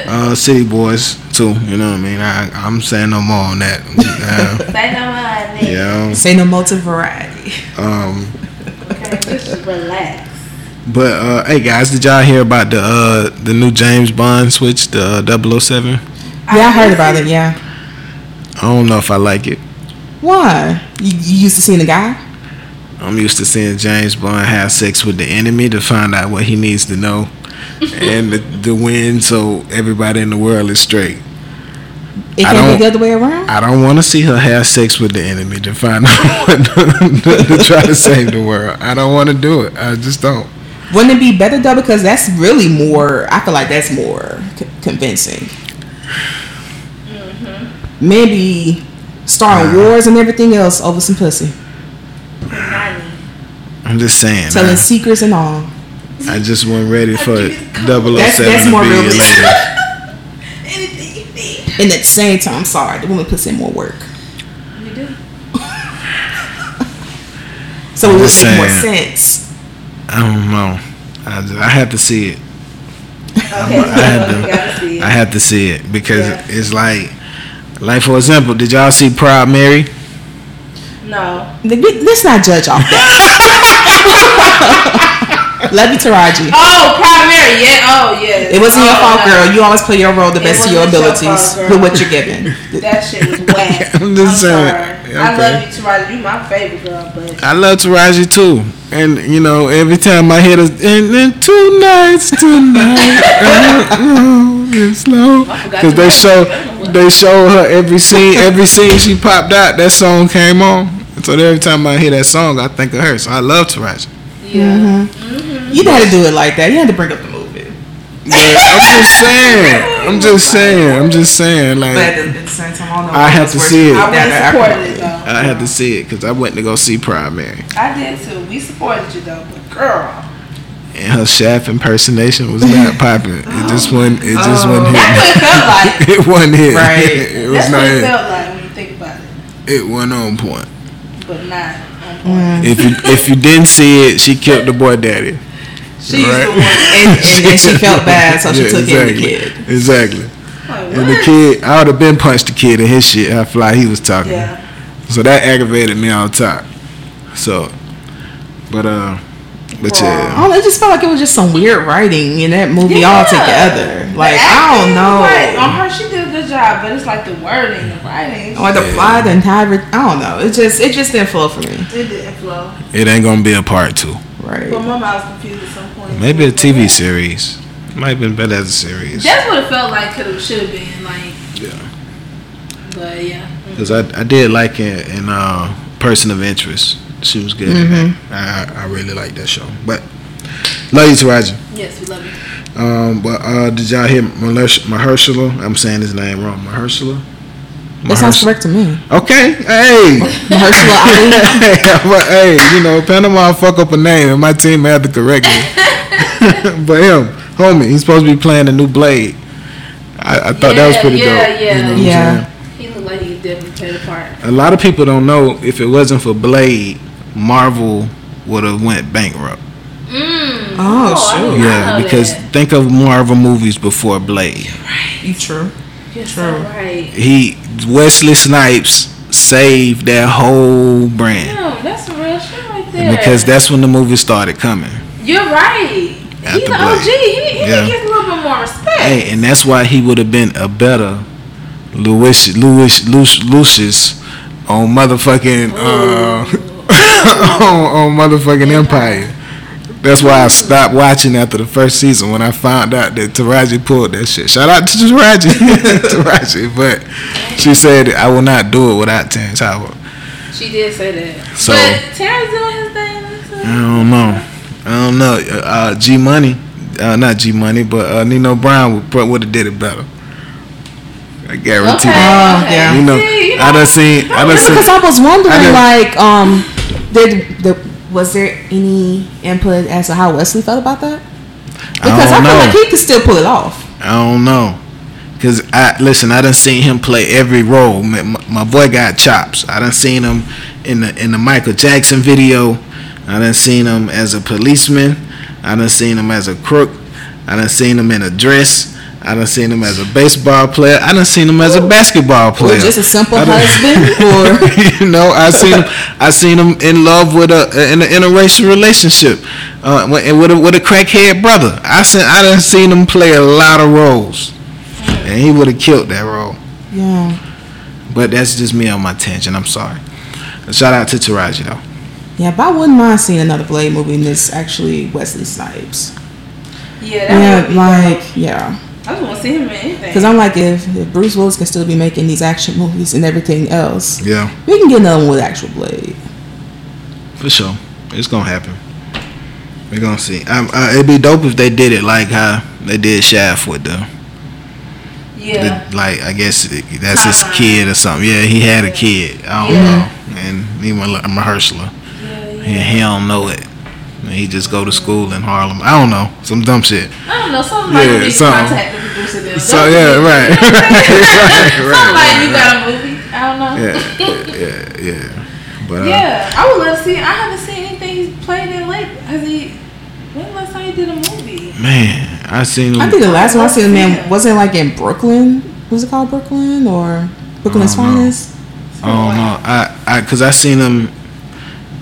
S1: uh city boys too. You know what I mean? I I'm saying no more on that. Uh,
S2: say no more, nigga.
S1: yeah.
S3: Say no more to variety.
S1: Um.
S2: Okay, just relax.
S1: But uh, hey guys, did y'all hear about the uh, the new James Bond switch, the uh, 007?
S3: Yeah, I heard about it. Yeah.
S1: I don't know if I like it.
S3: Why? You, you used to seeing a guy?
S1: I'm used to seeing James Bond have sex with the enemy to find out what he needs to know and the, the win so everybody in the world is straight.
S3: It
S1: I
S3: can't
S1: don't-
S3: be the other way around.
S1: I don't want to see her have sex with the enemy to find out what to, try to save the world. I don't want to do it. I just don't.
S3: Wouldn't it be better though? Because that's really more. I feel like that's more c- convincing. Maybe starring wars and everything else over some pussy,
S2: Nani.
S1: I'm just saying.
S3: telling
S1: I,
S3: secrets and all.
S1: I just wasn't ready for 007
S3: That's- that's
S1: to
S3: more
S1: be
S3: realistic.
S1: elated.
S2: Anything you need.
S3: And at the same time, sorry, the woman puts in more work,
S2: You do.
S3: so
S1: I'm
S3: it would
S1: just
S3: make more
S1: saying.
S3: sense.
S1: I don't know. I, just- I have to see it.
S2: Okay,
S1: I had
S2: so
S1: to-
S2: you gotta see.
S1: I have to see it because
S2: Yeah.
S1: it's like, like for example, did y'all see Proud Mary?
S2: No.
S3: Like, we- Let's not judge off that. Love you, Taraji.
S2: Oh, primary. Yeah. Oh, yeah.
S3: It wasn't your
S2: Oh,
S3: fault,
S2: no.
S3: girl. You always play your role the
S2: It
S3: best of your
S2: wasn't your
S3: abilities
S2: fault, girl.
S3: with what you're given.
S2: That shit was whack.
S1: I'm just
S2: I'm
S1: saying.
S2: sorry.
S1: Yeah,
S2: I
S1: okay.
S2: love you, Taraji. You my favorite girl, but
S1: I love Taraji too, and you know every time I hear this, and then two nights tonight, uh, uh, it's slow,
S2: forgot
S1: because they
S2: to-
S1: show they show her every scene, every scene she popped out, that song came on. So every time I hear that song, I think of her. So I love Taraji.
S2: yeah.
S3: You had to do it like that. You had to bring up the movie.
S1: But I'm just saying, I'm just saying, I'm just saying, like.
S3: But at the, at the same time, I don't know.
S1: I have to see it.
S2: I would
S3: That-
S2: have supported it though.
S1: I had to see it because I went to go see Primary,
S2: I did too. We supported you though, but girl,
S1: and her chef impersonation was not popping. It just wasn't. It just wasn't
S2: that's
S1: hit.
S2: what it felt like.
S1: It wasn't hit.
S3: Right.
S1: It was
S2: That's
S1: not
S2: what it
S1: hit.
S2: felt like when you think about
S1: It
S2: it,
S1: wasn't on point.
S2: but not on point.
S1: If you if you didn't see it, she killed the boy daddy.
S2: She's
S1: Right.
S2: the one.
S3: And, and, and she felt bad, so she
S1: Yeah,
S3: took
S1: exactly.
S3: in the kid.
S1: Exactly.
S2: Like,
S1: And the
S2: what?
S1: kid, I would have been punched the kid in his shit. How fly he was talking.
S2: Yeah.
S1: So that aggravated me on top. So, but uh, but
S3: I
S1: yeah.
S3: don't know, it just felt like it was just some weird writing in that movie
S2: Yeah.
S3: altogether.
S2: The
S3: Like, I
S2: acting
S3: don't
S2: was
S3: know.
S2: Like, on her, she did a good job, but it's like the wording, the writing.
S3: or the
S1: Yeah.
S3: plot and how every- I don't know. It just it just didn't flow for me.
S2: It didn't flow.
S1: It ain't gonna be a part two.
S2: But
S3: Right.
S2: my mouth was confused at some point.
S1: Maybe a TV series. Might have been better as a series.
S2: That's what it felt like. Could have should have been like.
S1: Yeah.
S2: But yeah.
S1: Because I, I did like it in uh, Person of Interest. She was good. In
S3: Mm-hmm.
S1: that. I, I really like that show. But love you, Taraji.
S2: Yes, we love you.
S1: Um, but uh, did y'all hear Mahersh- Mahershala? I'm saying his name wrong. Mahershala?
S3: It sounds
S1: Mahers-
S3: correct to me.
S1: Okay. Hey.
S3: Mahershala Ali.
S1: hey, but, hey, you know, Panama fuck up a name and my team had to correct me. but him, homie, he's supposed to be playing the new Blade. I, I thought that was
S2: Yeah,
S1: pretty
S2: yeah,
S1: dope.
S2: yeah.
S1: You know what I'm
S3: Yeah.
S1: saying?
S2: He looked like he definitely played a part.
S1: A lot of people don't know if it wasn't for Blade, Marvel would have went bankrupt.
S2: Mm.
S3: Oh, sure.
S2: I did not
S1: Yeah,
S2: know
S1: because
S2: that.
S1: think of Marvel movies before Blade.
S3: You true.
S2: Yes,
S3: true.
S2: all right.
S1: He Wesley Snipes saved that whole brand
S2: Damn, that's some real shit right there.
S1: because that's when the movies started coming.
S2: You're right.
S1: Out
S2: He's
S1: the
S2: an OG. He, he
S1: Yeah.
S2: gets a little bit more respect.
S1: Hey, and that's why he would have been a better Louis Louis Luc- Lucius on motherfucking uh, on, on motherfucking Empire. That's why I stopped watching after the first season when I found out that Taraji pulled that shit. Shout out to Taraji, Taraji. But she said I will not do it without Terrence Howard.
S2: She did say that.
S1: So- Uh,
S2: but Terrence doing his thing. too.
S1: I don't know. I don't know. Uh, uh, G Money, uh, not G Money, but uh, Nino Brown would would have did it better. I guarantee.
S2: Okay.
S1: that.
S3: Oh,
S2: okay.
S3: yeah.
S1: You know,
S2: See, you
S1: I
S2: know.
S1: done seen. I done
S3: Yeah, because I
S1: seen.
S3: was wondering,
S1: I didn't-
S3: like, um, did the was there any input as to how Wesley felt about that? Because I,
S1: don't
S3: feel
S1: know.
S3: like he could still pull it off.
S1: I don't know. Cause I listen, I done seen him play every role. My, my boy got chops. I done seen him in the in the Michael Jackson video. I done seen him as a policeman. I done seen him as a crook. I done seen him in a dress. I done seen him as a baseball player. I done seen him as a basketball player.
S3: Or just a simple
S1: I done-
S3: husband, or
S1: you know, I seen him. I seen him in love with a uh, in an interracial relationship, uh, with- and with a, with a crackhead brother. I seen I done seen him play a lot of roles, and he would have killed that role.
S3: yeah,
S1: But that's just me on my tangent. I'm sorry. Shout out to Taraji though.
S3: yeah. But I wouldn't mind seeing another Blade movie, and it's actually Wesley Snipes.
S2: Yeah,
S3: Yeah,
S2: that yeah,
S3: like, yeah.
S2: I just want to see him in anything.
S3: Because I'm like, if, if Bruce Willis can still be making these action movies and everything else,
S1: Yeah,
S3: we can get another one with actual Blade.
S1: for sure. It's gonna happen. We're gonna see. Um uh, it'd be dope if they did it like how they did Shaft with the
S2: yeah.
S1: The- like I guess it- that's his kid or something. Yeah, he had a kid. I don't
S2: Yeah.
S1: know. And he went to Mahershala.
S2: yeah,
S1: He,
S2: yeah.
S1: he don't know it. And he just go to school in Harlem. I don't know. Some dumb shit.
S2: I don't know. Somebody
S1: Yeah,
S2: need to
S1: something.
S2: contact the producer. Then.
S1: So
S2: Don't
S1: yeah,
S2: you-
S1: right. right,
S2: Somebody you
S1: right, right, right.
S2: got a movie. I don't know.
S1: Yeah, yeah, yeah. But uh,
S2: Yeah, I would love to see. I haven't seen anything he's played in late. Has he? When last time he did a movie?
S1: man, I seen him.
S3: I think the last one I seen him
S2: Yeah.
S3: in was it like in Brooklyn? Was it called Brooklyn or Brooklyn's
S1: I don't know.
S3: Finest?
S1: I don't know. I, I, cause I seen him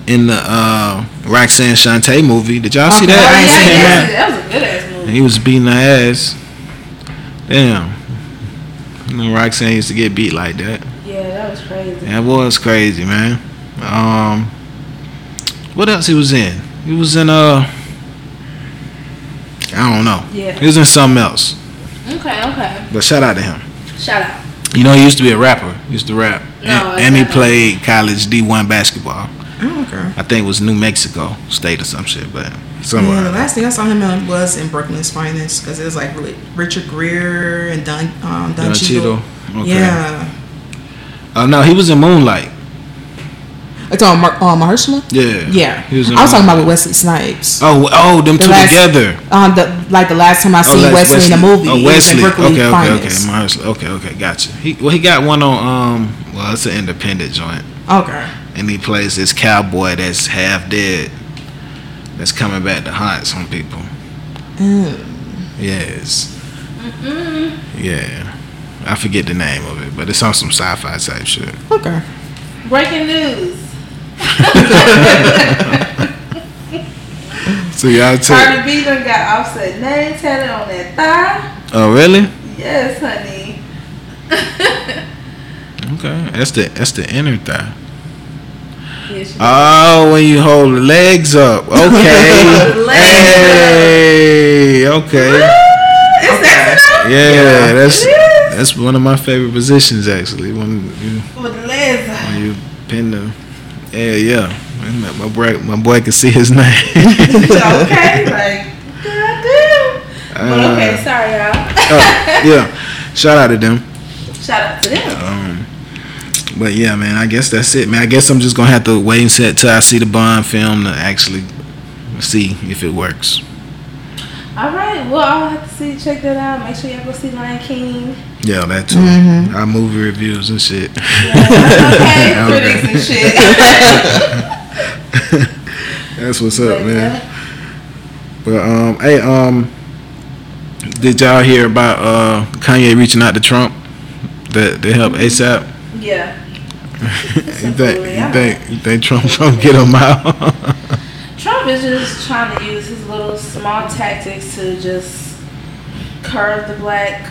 S1: in the uh, Roxanne Shante movie. Did y'all see
S3: Okay.
S1: that?
S2: Oh,
S1: I ain't
S2: yeah,
S1: seen
S2: yeah,
S1: that.
S2: That was a good ass movie.
S1: And he was beating her ass. Damn. You know, Roxanne used to get beat like that.
S2: Yeah, that was crazy.
S1: That was crazy, man. Um, what else he was in? He was in uh, I don't know.
S2: Yeah.
S1: He was in something else.
S2: Okay, okay.
S1: But shout out to him.
S2: Shout out.
S1: You know, he used to be a rapper. He used to rap.
S2: No,
S1: and,
S2: I
S1: and he
S2: don't.
S1: played college D1 basketball.
S3: Oh, okay.
S1: I think it was New Mexico State or some shit, but somewhere.
S3: Yeah, the
S1: around
S3: last thing I saw him in was in Brooklyn's Finest because it was like really Richard Greer and Don um, Don,
S1: there. Don
S3: Cheadle.
S1: Cheadle. Okay.
S3: Yeah,
S1: Oh no, he was in Moonlight.
S3: it's on Mar- uh, Mahershala.
S1: Yeah.
S3: Yeah,
S1: He was in
S3: I was talking
S1: Moonlight.
S3: about with Wesley Snipes.
S1: Oh, oh, them
S3: The
S1: two
S3: last-
S1: together.
S3: Um, the like the last time I
S1: oh,
S3: seen
S1: that's
S3: Wesley, in a movie,
S1: Oh,
S3: it was in
S1: Wesley.
S3: Brooklyn
S1: Okay, okay, okay.
S3: Finest.
S1: Mahershala. Okay, okay. Gotcha. He well, he got one on. Um, well, it's an independent joint,
S3: Okay.
S1: and he plays this cowboy that's half dead, that's coming back to hunt some people.
S3: Mm.
S1: Yes. Yeah. I forget the name of it, but it's on some sci-fi type shit.
S3: Okay.
S2: Breaking news.
S1: So y'all
S2: Cardi
S1: took.
S2: B done got offset name tatted on that thigh.
S1: Oh, really?
S2: Yes, honey.
S1: Uh, Okay. That's the that's the inner thigh.
S2: yes,
S1: Oh, when you hold the legs up. Okay.
S2: Legs
S1: hey. Okay.
S2: it's that
S1: Yeah, that's
S2: It is.
S1: that's one of my favorite positions actually. When you
S2: with the legs. up.
S1: when you pin the yeah yeah. Man, my- My boy, my boy can see his name.
S2: okay, like goddamn. But okay,
S1: Uh,
S2: sorry y'all.
S1: oh, yeah. Shout out to them.
S2: Shout out to them.
S1: Um, but yeah, man. I guess that's it, man. I guess I'm just gonna have to wait and set till I see the Bond film to actually see if it works.
S2: All right, well I'll have to see check that out. Make sure y'all go see Lion King.
S1: Yeah, that too.
S3: Mm-hmm.
S1: Our movie reviews and shit.
S2: Okay,
S1: Okay.
S2: critics and shit.
S1: That's what's up, man. But um, hey, um, did y'all hear about uh Kanye reaching out to Trump that to
S3: Mm-hmm.
S1: help ASAP?
S2: Yeah.
S1: you think you think you think Trump gonna get him out?
S2: Trump Trump is just trying to use his little small tactics to just curb the black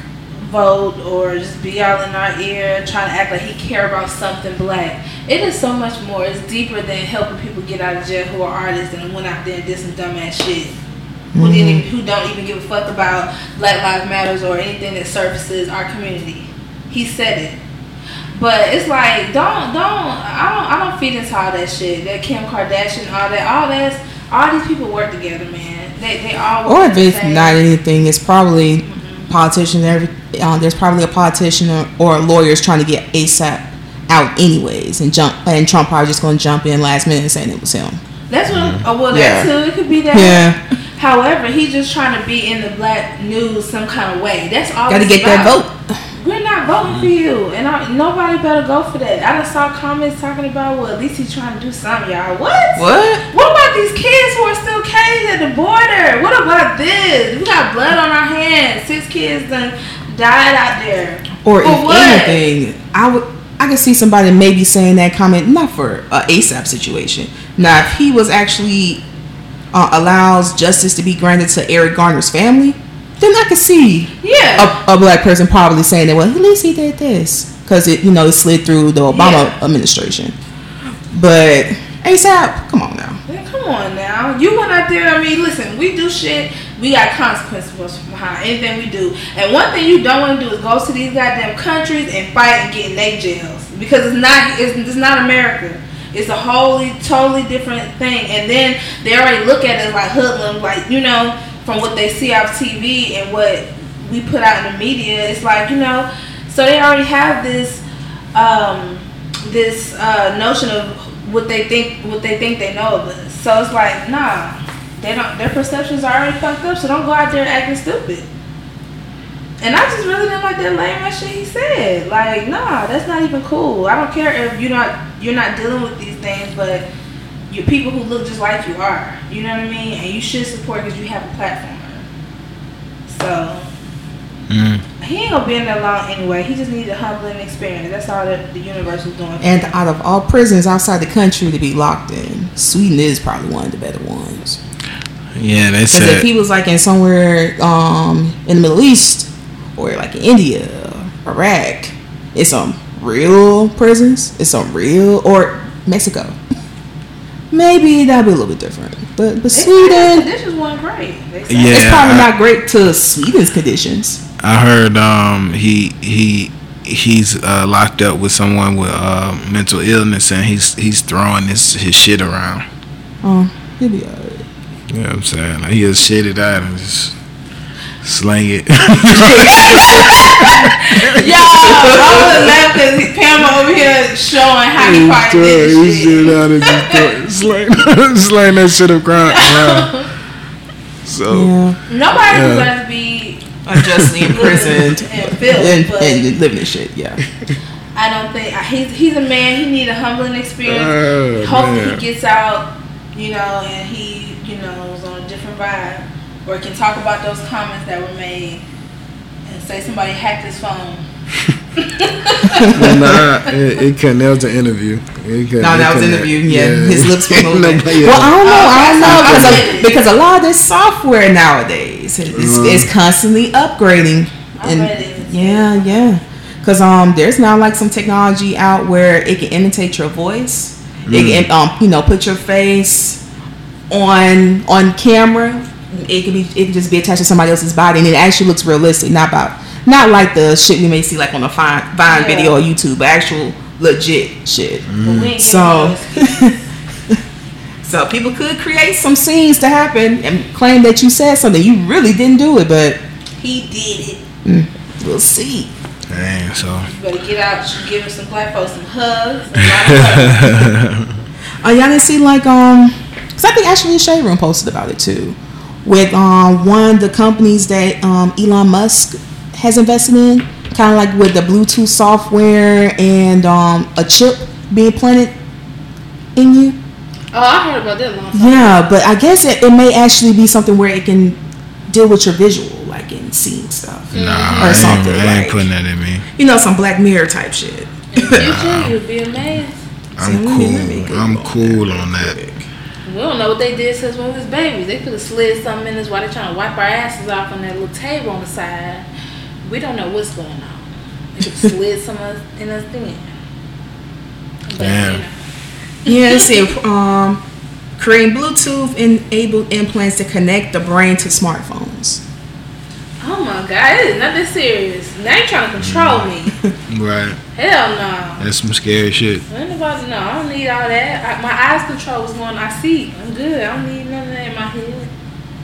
S2: vote or just be all in our ear trying to act like he care about something black. It is so much more. It's deeper than helping people get out of jail who are artists and went out there and did some dumbass shit. Who didn't
S3: Mm-hmm.
S2: even, who don't even give a fuck about Black Lives Matters or anything that services our community. He said it. But it's like don't don't I don't I don't feed into all that shit. That Kim Kardashian, all that all that's all these people work together, man. They they all
S3: Or
S2: work
S3: if
S2: the
S3: it's
S2: same.
S3: not anything, it's probably politicians. Every uh, there's probably a politician or, or lawyers trying to get ASAP out anyways, and jump and Trump probably just going to jump in last minute saying it was him.
S2: That's what. Oh well,
S3: Mm-hmm. Yeah.
S2: that too. It could be that.
S3: Yeah.
S2: However, he's just trying to be in the black news some kind of way. That's all.
S3: Got to
S2: it's
S3: get that
S2: about.
S3: vote.
S2: We're not voting for you, and I, nobody better go for that. I just saw comments talking about well, at least he's trying to do something, y'all. What?
S3: What?
S2: What about these kids who are still caged at the border? What about this? We got blood on our hands. Six kids done died out there.
S3: Or
S2: For
S3: if
S2: what?
S3: anything, I would I could see somebody maybe saying that comment not for a ASAP situation. Now, if he was actually uh, allows justice to be granted to Eric Garner's family, then I could see
S2: Yeah.
S3: a, a black person probably saying that. Well, at least he did this because it you know it slid through the Obama administration. But ASAP, come on now.
S2: Man, come on now. You went out there. I mean, listen, we do shit. We got consequences behind anything we do. And one thing you don't want to do is go to these goddamn countries and fight and get in their jails because it's not it's, it's not America. It's a wholly totally different thing. And then they already look at it like hoodlum, like you know, from what they see off TV and what we put out in the media. It's like you know, so they already have this. Um, this uh, notion of what they think what they think they know of us. So it's like, nah, they don't. Their perceptions are already fucked up. So don't go out there acting stupid. And I just really didn't like that lame ass shit he said. Like, nah, that's not even cool. I don't care if you're not you're not dealing with these things, but your people who look just like you are. You know what I mean? And you should support because you have a platform. So
S1: Mm,
S2: he ain't gonna be in there long anyway. He just needs a humbling experience. That's all that the universe is doing. for
S3: And
S2: him.
S3: out of all prisons outside the country to be locked in, Sweden is probably one of the better ones.
S1: Yeah, they
S3: Because if
S1: said.
S3: he was like in somewhere um, in the Middle East or like in India, Iraq, it's some real prisons, it's some real or Mexico. Maybe that'd be a little bit different. But but
S2: They said
S3: Sweden,
S2: This is one great. They said.
S1: Yeah.
S3: it's probably
S1: I-
S3: not great to Sweden's conditions.
S1: I heard um, he he he's uh, locked up with someone with uh, mental illness, and he's he's throwing his his shit around.
S3: Um, he'll be alright.
S1: You know what I'm saying? Like he'll shit it out and just slang it.
S2: Yo, Oh, I was laughing because Pamela over here showing how he probably
S1: Throw
S2: did
S1: his shit
S2: shit.
S1: out and just throw it- slang, slang that shit across. around. So
S3: Yeah.
S2: Nobody
S1: Yeah.
S2: deserves to be
S3: Unjustly
S2: imprisoned. And filth,
S3: and,
S2: but-
S3: and living in shit, yeah.
S2: I don't think he's he's a man. He need a humbling experience.
S1: Oh,
S2: Hopefully
S1: man.
S2: he gets out, you know, and he you know is on a different vibe, or can talk about those comments that were made, and say somebody hacked his phone.
S1: nah, it, it couldn't. That was an interview. It couldn't-
S3: No,
S1: it
S3: that was in
S1: couldn't-
S3: the view. Yeah, his lips were moving.
S1: Nobody- yeah.
S3: Well, I don't know. I don't know
S2: Oh, Okay,
S3: because
S2: so I-
S3: a, because a lot of this software nowadays is, is constantly upgrading.
S2: I
S3: And
S2: read it.
S3: yeah, yeah. Because um, there's now like some technology out where it can imitate your voice. It can um, you know, put your face on on camera. It can be it can just be attached to somebody else's body, and it actually looks realistic. Not about not like the shit we may see like on a fine Vine
S2: Yeah. Mm.
S3: video or YouTube, but actual legit shit.
S2: But we ain't getting
S3: So,
S2: no excuse.
S3: so people could create some scenes to happen and claim that you said something. You really didn't do it, but
S2: he did it.
S3: we'll see.
S1: Dang, so.
S2: You better get out, give him some black folks some hugs. and lock him up.
S3: Oh, y'all didn't see like um, cause I think actually Shade Room posted about it too, with um one of the companies that um Elon Musk has invested in, kind of like with the Bluetooth software and um a chip being planted in you.
S2: Oh, I heard about that long time.
S3: Yeah, but I guess it, it may actually be something where it can deal with your visual, like in seeing stuff.
S1: Nah,
S3: Or
S1: I ain't,
S3: something,
S1: I ain't
S3: like-
S1: putting that in me.
S3: You know, some Black Mirror type shit.
S2: In the future, you'll be amazed.
S1: I'm
S3: See, let me- let me
S1: cool.
S3: Google
S1: I'm
S3: on
S1: cool on
S3: real
S1: that.
S3: quick.
S2: We don't know what they did since when we was babies. They could have slid something in us while they're trying to wipe our asses off on that little table on the side. We don't know what's going on. They could have slid some of us in us then. But,
S1: Damn.
S2: You know,
S3: Yeah, let's see. Um, creating Bluetooth-enabled implants to connect the brain to smartphones.
S2: oh my god, it is nothing serious. Now you trying to control me.
S1: Right.
S2: Hell no.
S1: That's some scary shit.
S2: Anybody know? I don't need all that. I, my eyes control what's going on. I see. I'm good. I don't need none of that in my head.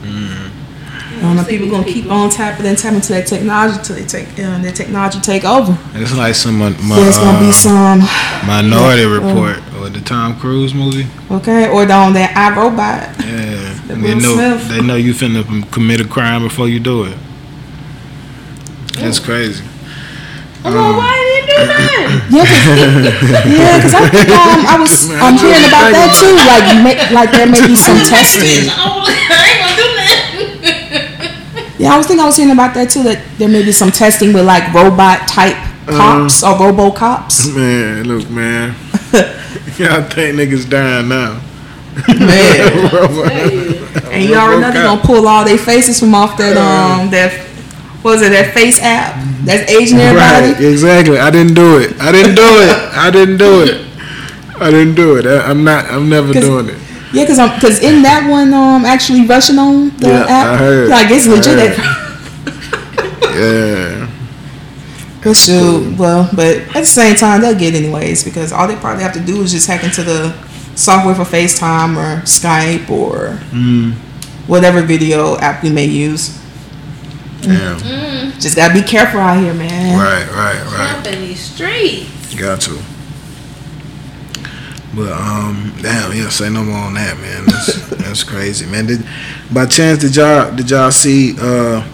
S3: I don't know. Um, People gonna keep on tapping and tapping to that technology till they take uh, their technology take over.
S1: It's like some of my
S3: There's gonna be
S1: uh,
S3: some
S1: Minority
S3: Yeah.
S1: Report or the Tom Cruise movie.
S3: okay, or down that iRobot.
S1: Yeah,
S3: The
S1: they
S3: Will
S1: know
S3: Smith.
S1: they know you finna commit a crime before you do it. That's crazy.
S2: I'm like, why didn't do nothing?
S3: Yeah, cause, yeah, 'cause I think um, I was I'm hearing about that too. Like ma- like there may be some testing.
S2: I ain't gonna do nothing.
S3: Yeah, I was thinking I was hearing about that too. That there may be some testing with like robot type cops or robo cops.
S1: Man, look, man. Y'all think niggas dying now? and
S3: Man.
S1: Oh,
S3: And you already know they're gonna pull all their faces from off that um that what was it that face app that's aging everybody.
S1: Right, exactly. I didn't do it. I didn't do it. I didn't do it. I didn't do it. I, I'm not. I'm never
S3: 'Cause-
S1: doing it.
S3: Yeah, cause I'm cause in that one um actually rushing on the
S1: Yeah,
S3: app.
S1: I heard.
S3: Like it's
S1: I
S3: legit.
S1: heard.
S3: that-
S1: Yeah.
S3: But shoot, well, but at the same time they'll get anyways because all they probably have to do is just hack into the software for FaceTime or Skype or Mm. whatever video app we may use.
S1: Yeah.
S3: Just gotta be careful out here, man.
S1: Right. Right. Right.
S2: Up in these streets.
S1: Got to. But um, damn, yeah. Say no more on that, man. That's, that's crazy, man. Did by chance did y'all did y'all see uh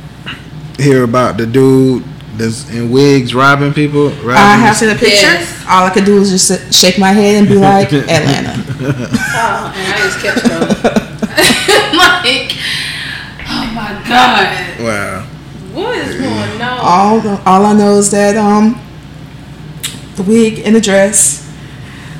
S1: hear about the dude that's in wigs robbing people? Robbing
S3: I have seen a picture.
S2: Yes.
S3: All I could do is just sit- shake my head and be like, Atlanta.
S2: Oh, and I just kept going. like, oh my god,
S1: Wow.
S2: what is going on?
S3: All the, all I know is that um, the wig and the dress.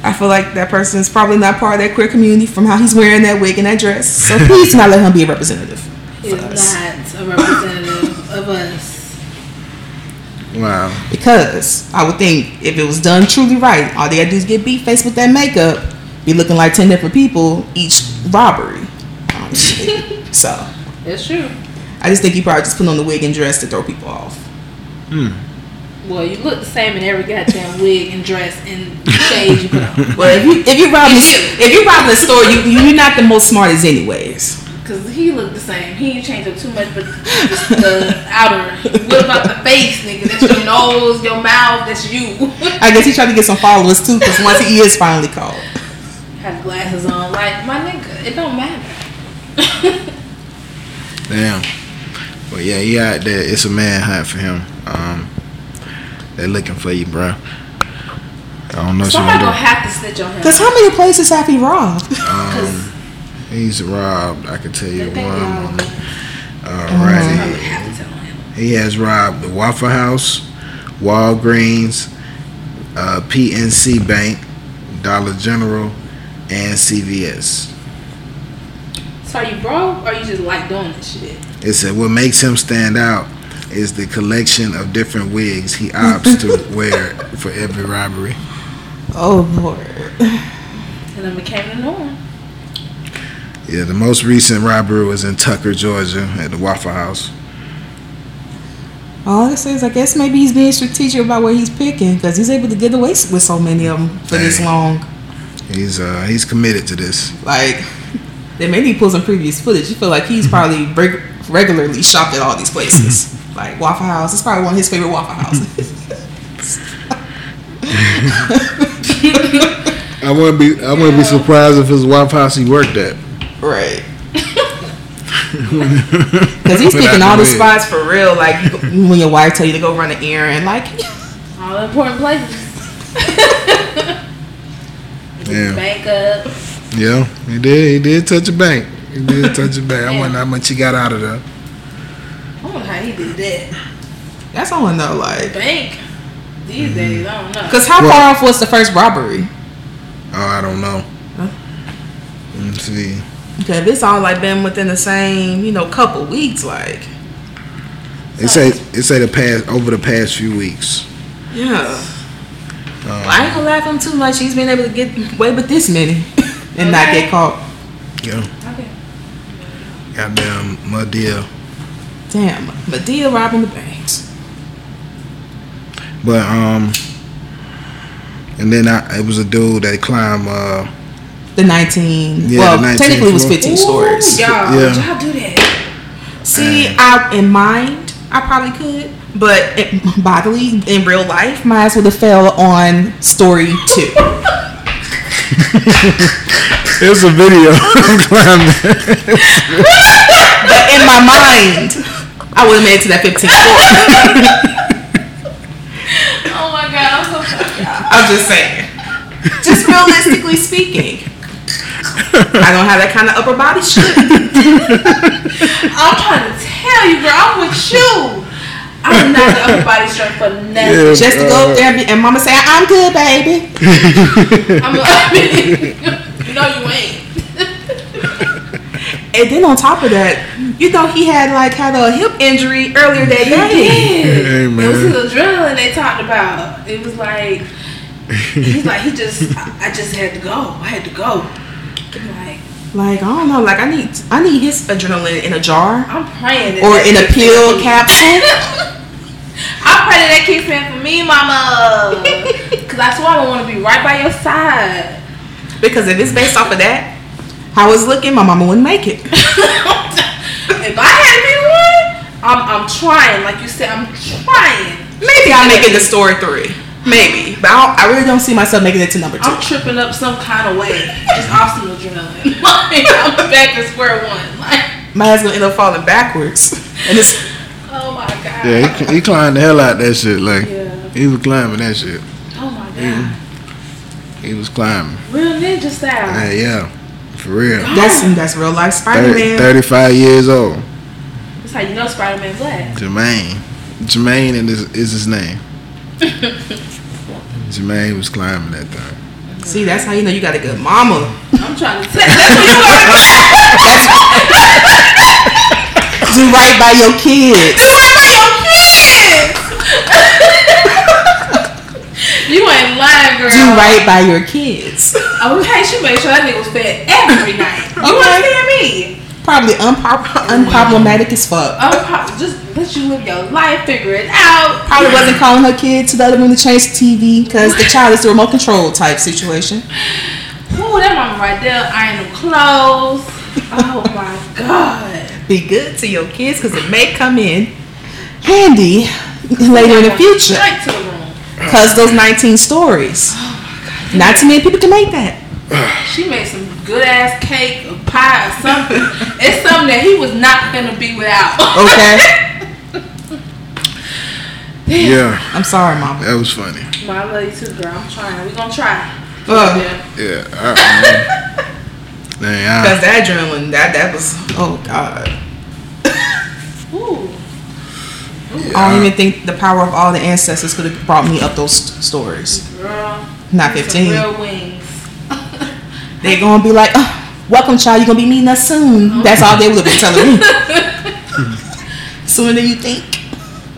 S3: I feel like that person is probably not part of that queer community from how he's wearing that wig and that dress. So please do not let him be a representative.
S2: He is not a representative of us.
S1: Wow.
S3: Because I would think if it was done truly right, all they gotta do is get beat faced with that makeup, be looking like 10 different people each robbery. Um, shit. so
S2: That's true.
S3: I just think he probably just put on the wig and dress to throw people off.
S2: Well, you look the same in every goddamn wig and dress and shade you put on.
S3: Well, if you if you rob if you rob the store, you you're not the most smartest, anyways.
S2: Cause he looked the same. He ain't changed up too much, but just the outer. What about the face, nigga? That's your nose, your mouth. That's you.
S3: I guess he tried to get some followers too, because once he is finally called,
S2: Have glasses on, like my nigga. It don't matter.
S1: Damn. But yeah, he out there. It's a man hunt for him. Um, they're looking for you, bro. I don't know what you
S2: Somebody gonna
S1: gonna
S2: have to snitch on him.
S3: because how many places have he robbed?
S2: Cause
S1: do. He's robbed. I can tell you
S2: they
S1: one.
S2: think y'all
S1: Alrighty.
S2: gonna have to tell him.
S1: He has robbed the Waffle House, Walgreens, uh, PNC Bank, Dollar General, and CVS.
S2: So are you broke or you just like doing this shit?
S1: It said what makes him stand out is the collection of different wigs he opts to wear for every robbery.
S3: Oh lord,
S2: And then became the norm.
S1: Yeah, the most recent robbery was in Tucker, Georgia, at the Waffle House.
S3: all this is I guess maybe he's being strategic about what he's picking, because he's able to get away s- with so many of them for this
S1: Dang.
S3: long.
S1: He's uh he's committed to this.
S3: Like they maybe pull some previous footage. You feel like he's probably reg- regularly shopped at all these places, like Waffle House. It's probably one of his favorite Waffle Houses.
S1: I wouldn't be I wouldn't be surprised if his Waffle House he worked at.
S3: Right. Because he's picking all the spots for real. Like you go- when your wife tell you to go run an errand, like
S2: All the important places.
S1: Yeah.
S2: Bank up.
S1: Yeah, he did. He did touch a bank. He did touch a bank. I wonder how much he got out of there.
S2: I wonder how he did that.
S3: that's all I know. Like,
S2: Bank. These days, I don't know.
S3: because how
S1: Well-
S3: far off was the first robbery?
S1: Oh, I don't know. See,
S3: Because if it's all like been within the same, you know, couple weeks, like,
S1: it say it say the past over the past few weeks.
S3: yeah.
S1: Um,
S3: I ain't gonna laugh at him too much. He's been able to get away with this many and not get caught.
S1: yeah,
S2: Okay.
S1: goddamn, my dear.
S3: Damn, Medea robbing the banks.
S1: But um, and then I it was a dude that climbed. Uh,
S3: The 19,
S1: Yeah,
S3: well,
S1: the 19
S3: technically it was
S1: floor.
S3: 15
S2: Ooh,
S3: stories.
S2: Y'all,
S1: Yeah.
S2: y'all do that.
S3: See, I in mind, I probably could, but it, bodily in real life, mine would have fell on story two.
S1: it's a video of climbing.
S3: but in my mind, I would have made it to that 15 floor.
S2: Oh my god, I'm so sorry.
S3: I'm just saying, just realistically speaking. I don't have that kind of upper body strength.
S2: I'm trying to tell you, girl, I'm with you. I'm not the upper body strength for nothing.
S1: Yeah.
S3: Just to go up there and, be, and mama say, I'm good, baby.
S2: I'm a, no, you ain't.
S3: And then on top of that, you know he had like had a hip injury earlier that day.
S2: did.
S1: Hey,
S2: It was
S1: man.
S2: his adrenaline they talked about. It was like he's like he just I, I just had to go. I had to go. I'm like
S3: Like I don't know, like I need I need his adrenaline in a jar
S2: I'm praying that
S3: or
S2: that
S3: in a
S2: kid-
S3: pill capsule.
S2: I pray that that kid's in for me, mama. Cause I swear I want to be right by your side.
S3: Because if it's based off of that, how it's looking, my mama wouldn't make it.
S2: if I had to be one, I'm I'm trying. Like you said, I'm trying.
S3: Maybe I'll make it to story three. Maybe, but I, don't, I really don't see myself making it to number two.
S2: I'm tripping up some kind of way. Just off some adrenaline. Like, I'm back to square one. Like,
S3: My husband end up falling backwards, and it's
S2: oh my god.
S1: Yeah, he, he climbed the hell out that shit. Like
S2: Yeah.
S1: he was climbing that shit.
S2: Oh my god.
S1: He was climbing.
S2: Real ninja style.
S1: Hey, yeah, for real.
S3: that's that's real life Spider
S1: Thir-
S3: Man.
S1: Thirty-five years old.
S2: That's how you know Spider Man black.
S1: Jermaine. Jermaine and is, is his name. Jermaine was climbing that thing.
S3: See, that's how you know you got a good mama.
S2: I'm trying to tell that's what you are.
S3: Do right by your kids.
S2: You ain't lying, girl.
S3: Do right by your kids.
S2: Okay, she made sure that nigga was fed every night. You
S3: Okay.
S2: understand me?
S3: Probably unpop- unproblematic as fuck.
S2: I'm pro- just let you live your life, figure it out.
S3: Probably wasn't calling her kid to the other room to change the TV because the child is the remote control type situation.
S2: Ooh, that mama right there ironing them clothes. Oh my god.
S3: Be good to your kids because it may come in handy later in the
S2: Going
S3: future
S2: Straight to the room.
S3: because those 19 stories. Not too many people can make that.
S2: She made some good ass cake or pie or something. it's something that he was not gonna be without.
S3: Okay?
S1: Yeah,
S3: I'm sorry, mama.
S1: that was funny.
S2: My I love you too, girl. I'm trying. We gonna try.
S3: Ugh.
S2: Yeah.
S1: Yeah. I, man. Dang,
S3: Because that adrenaline, that, that was, oh God.
S2: Ooh.
S1: I,
S3: I
S1: yeah,
S3: don't even think the power of all the ancestors could have brought me up those st- stories.
S2: Girl.
S3: Not
S2: Some
S3: 15.
S2: Real wings.
S3: They're going to be like, oh, welcome, child. You're going to be meeting us
S2: Uh-huh.
S3: soon. That's all they would have been telling me. Sooner than you think.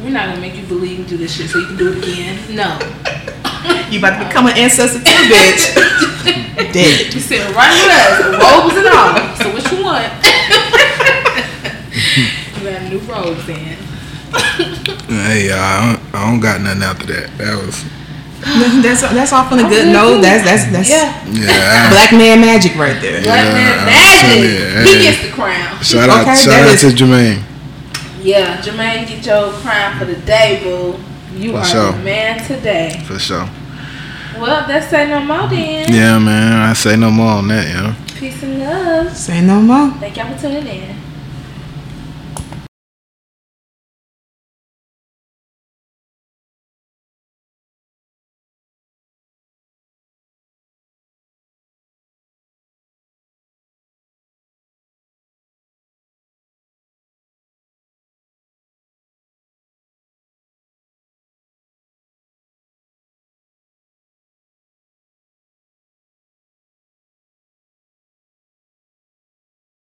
S2: We're not gonna make you believe and do this shit so you can do it again. No.
S3: You about to become an ancestor too, bitch. Dead.
S2: You sit right with us. Robes and all. So what you want? you got new robes in.
S1: hey, y'all, I don't, I don't got nothing after that. That was
S3: That's that's off on a
S2: good,
S3: good note.
S2: too.
S3: That's that's that's
S2: Oh, Yeah.
S1: yeah. I,
S3: black man magic right there.
S2: Black man
S1: I'm
S2: magic.
S1: telling you,
S2: He
S1: hey.
S2: gets the crown.
S1: shout out,
S3: Okay,
S1: shout
S3: that
S1: out
S3: is-
S1: to Jermaine.
S2: Yeah, Jermaine, get your crown for the day, boo. You
S1: For
S2: are
S1: sure.
S2: the man today.
S1: For sure.
S2: Well, that's say no more then.
S1: Yeah, man. I say no more on that, you know.
S2: Peace and love.
S3: Say no more.
S2: Thank y'all for tuning in.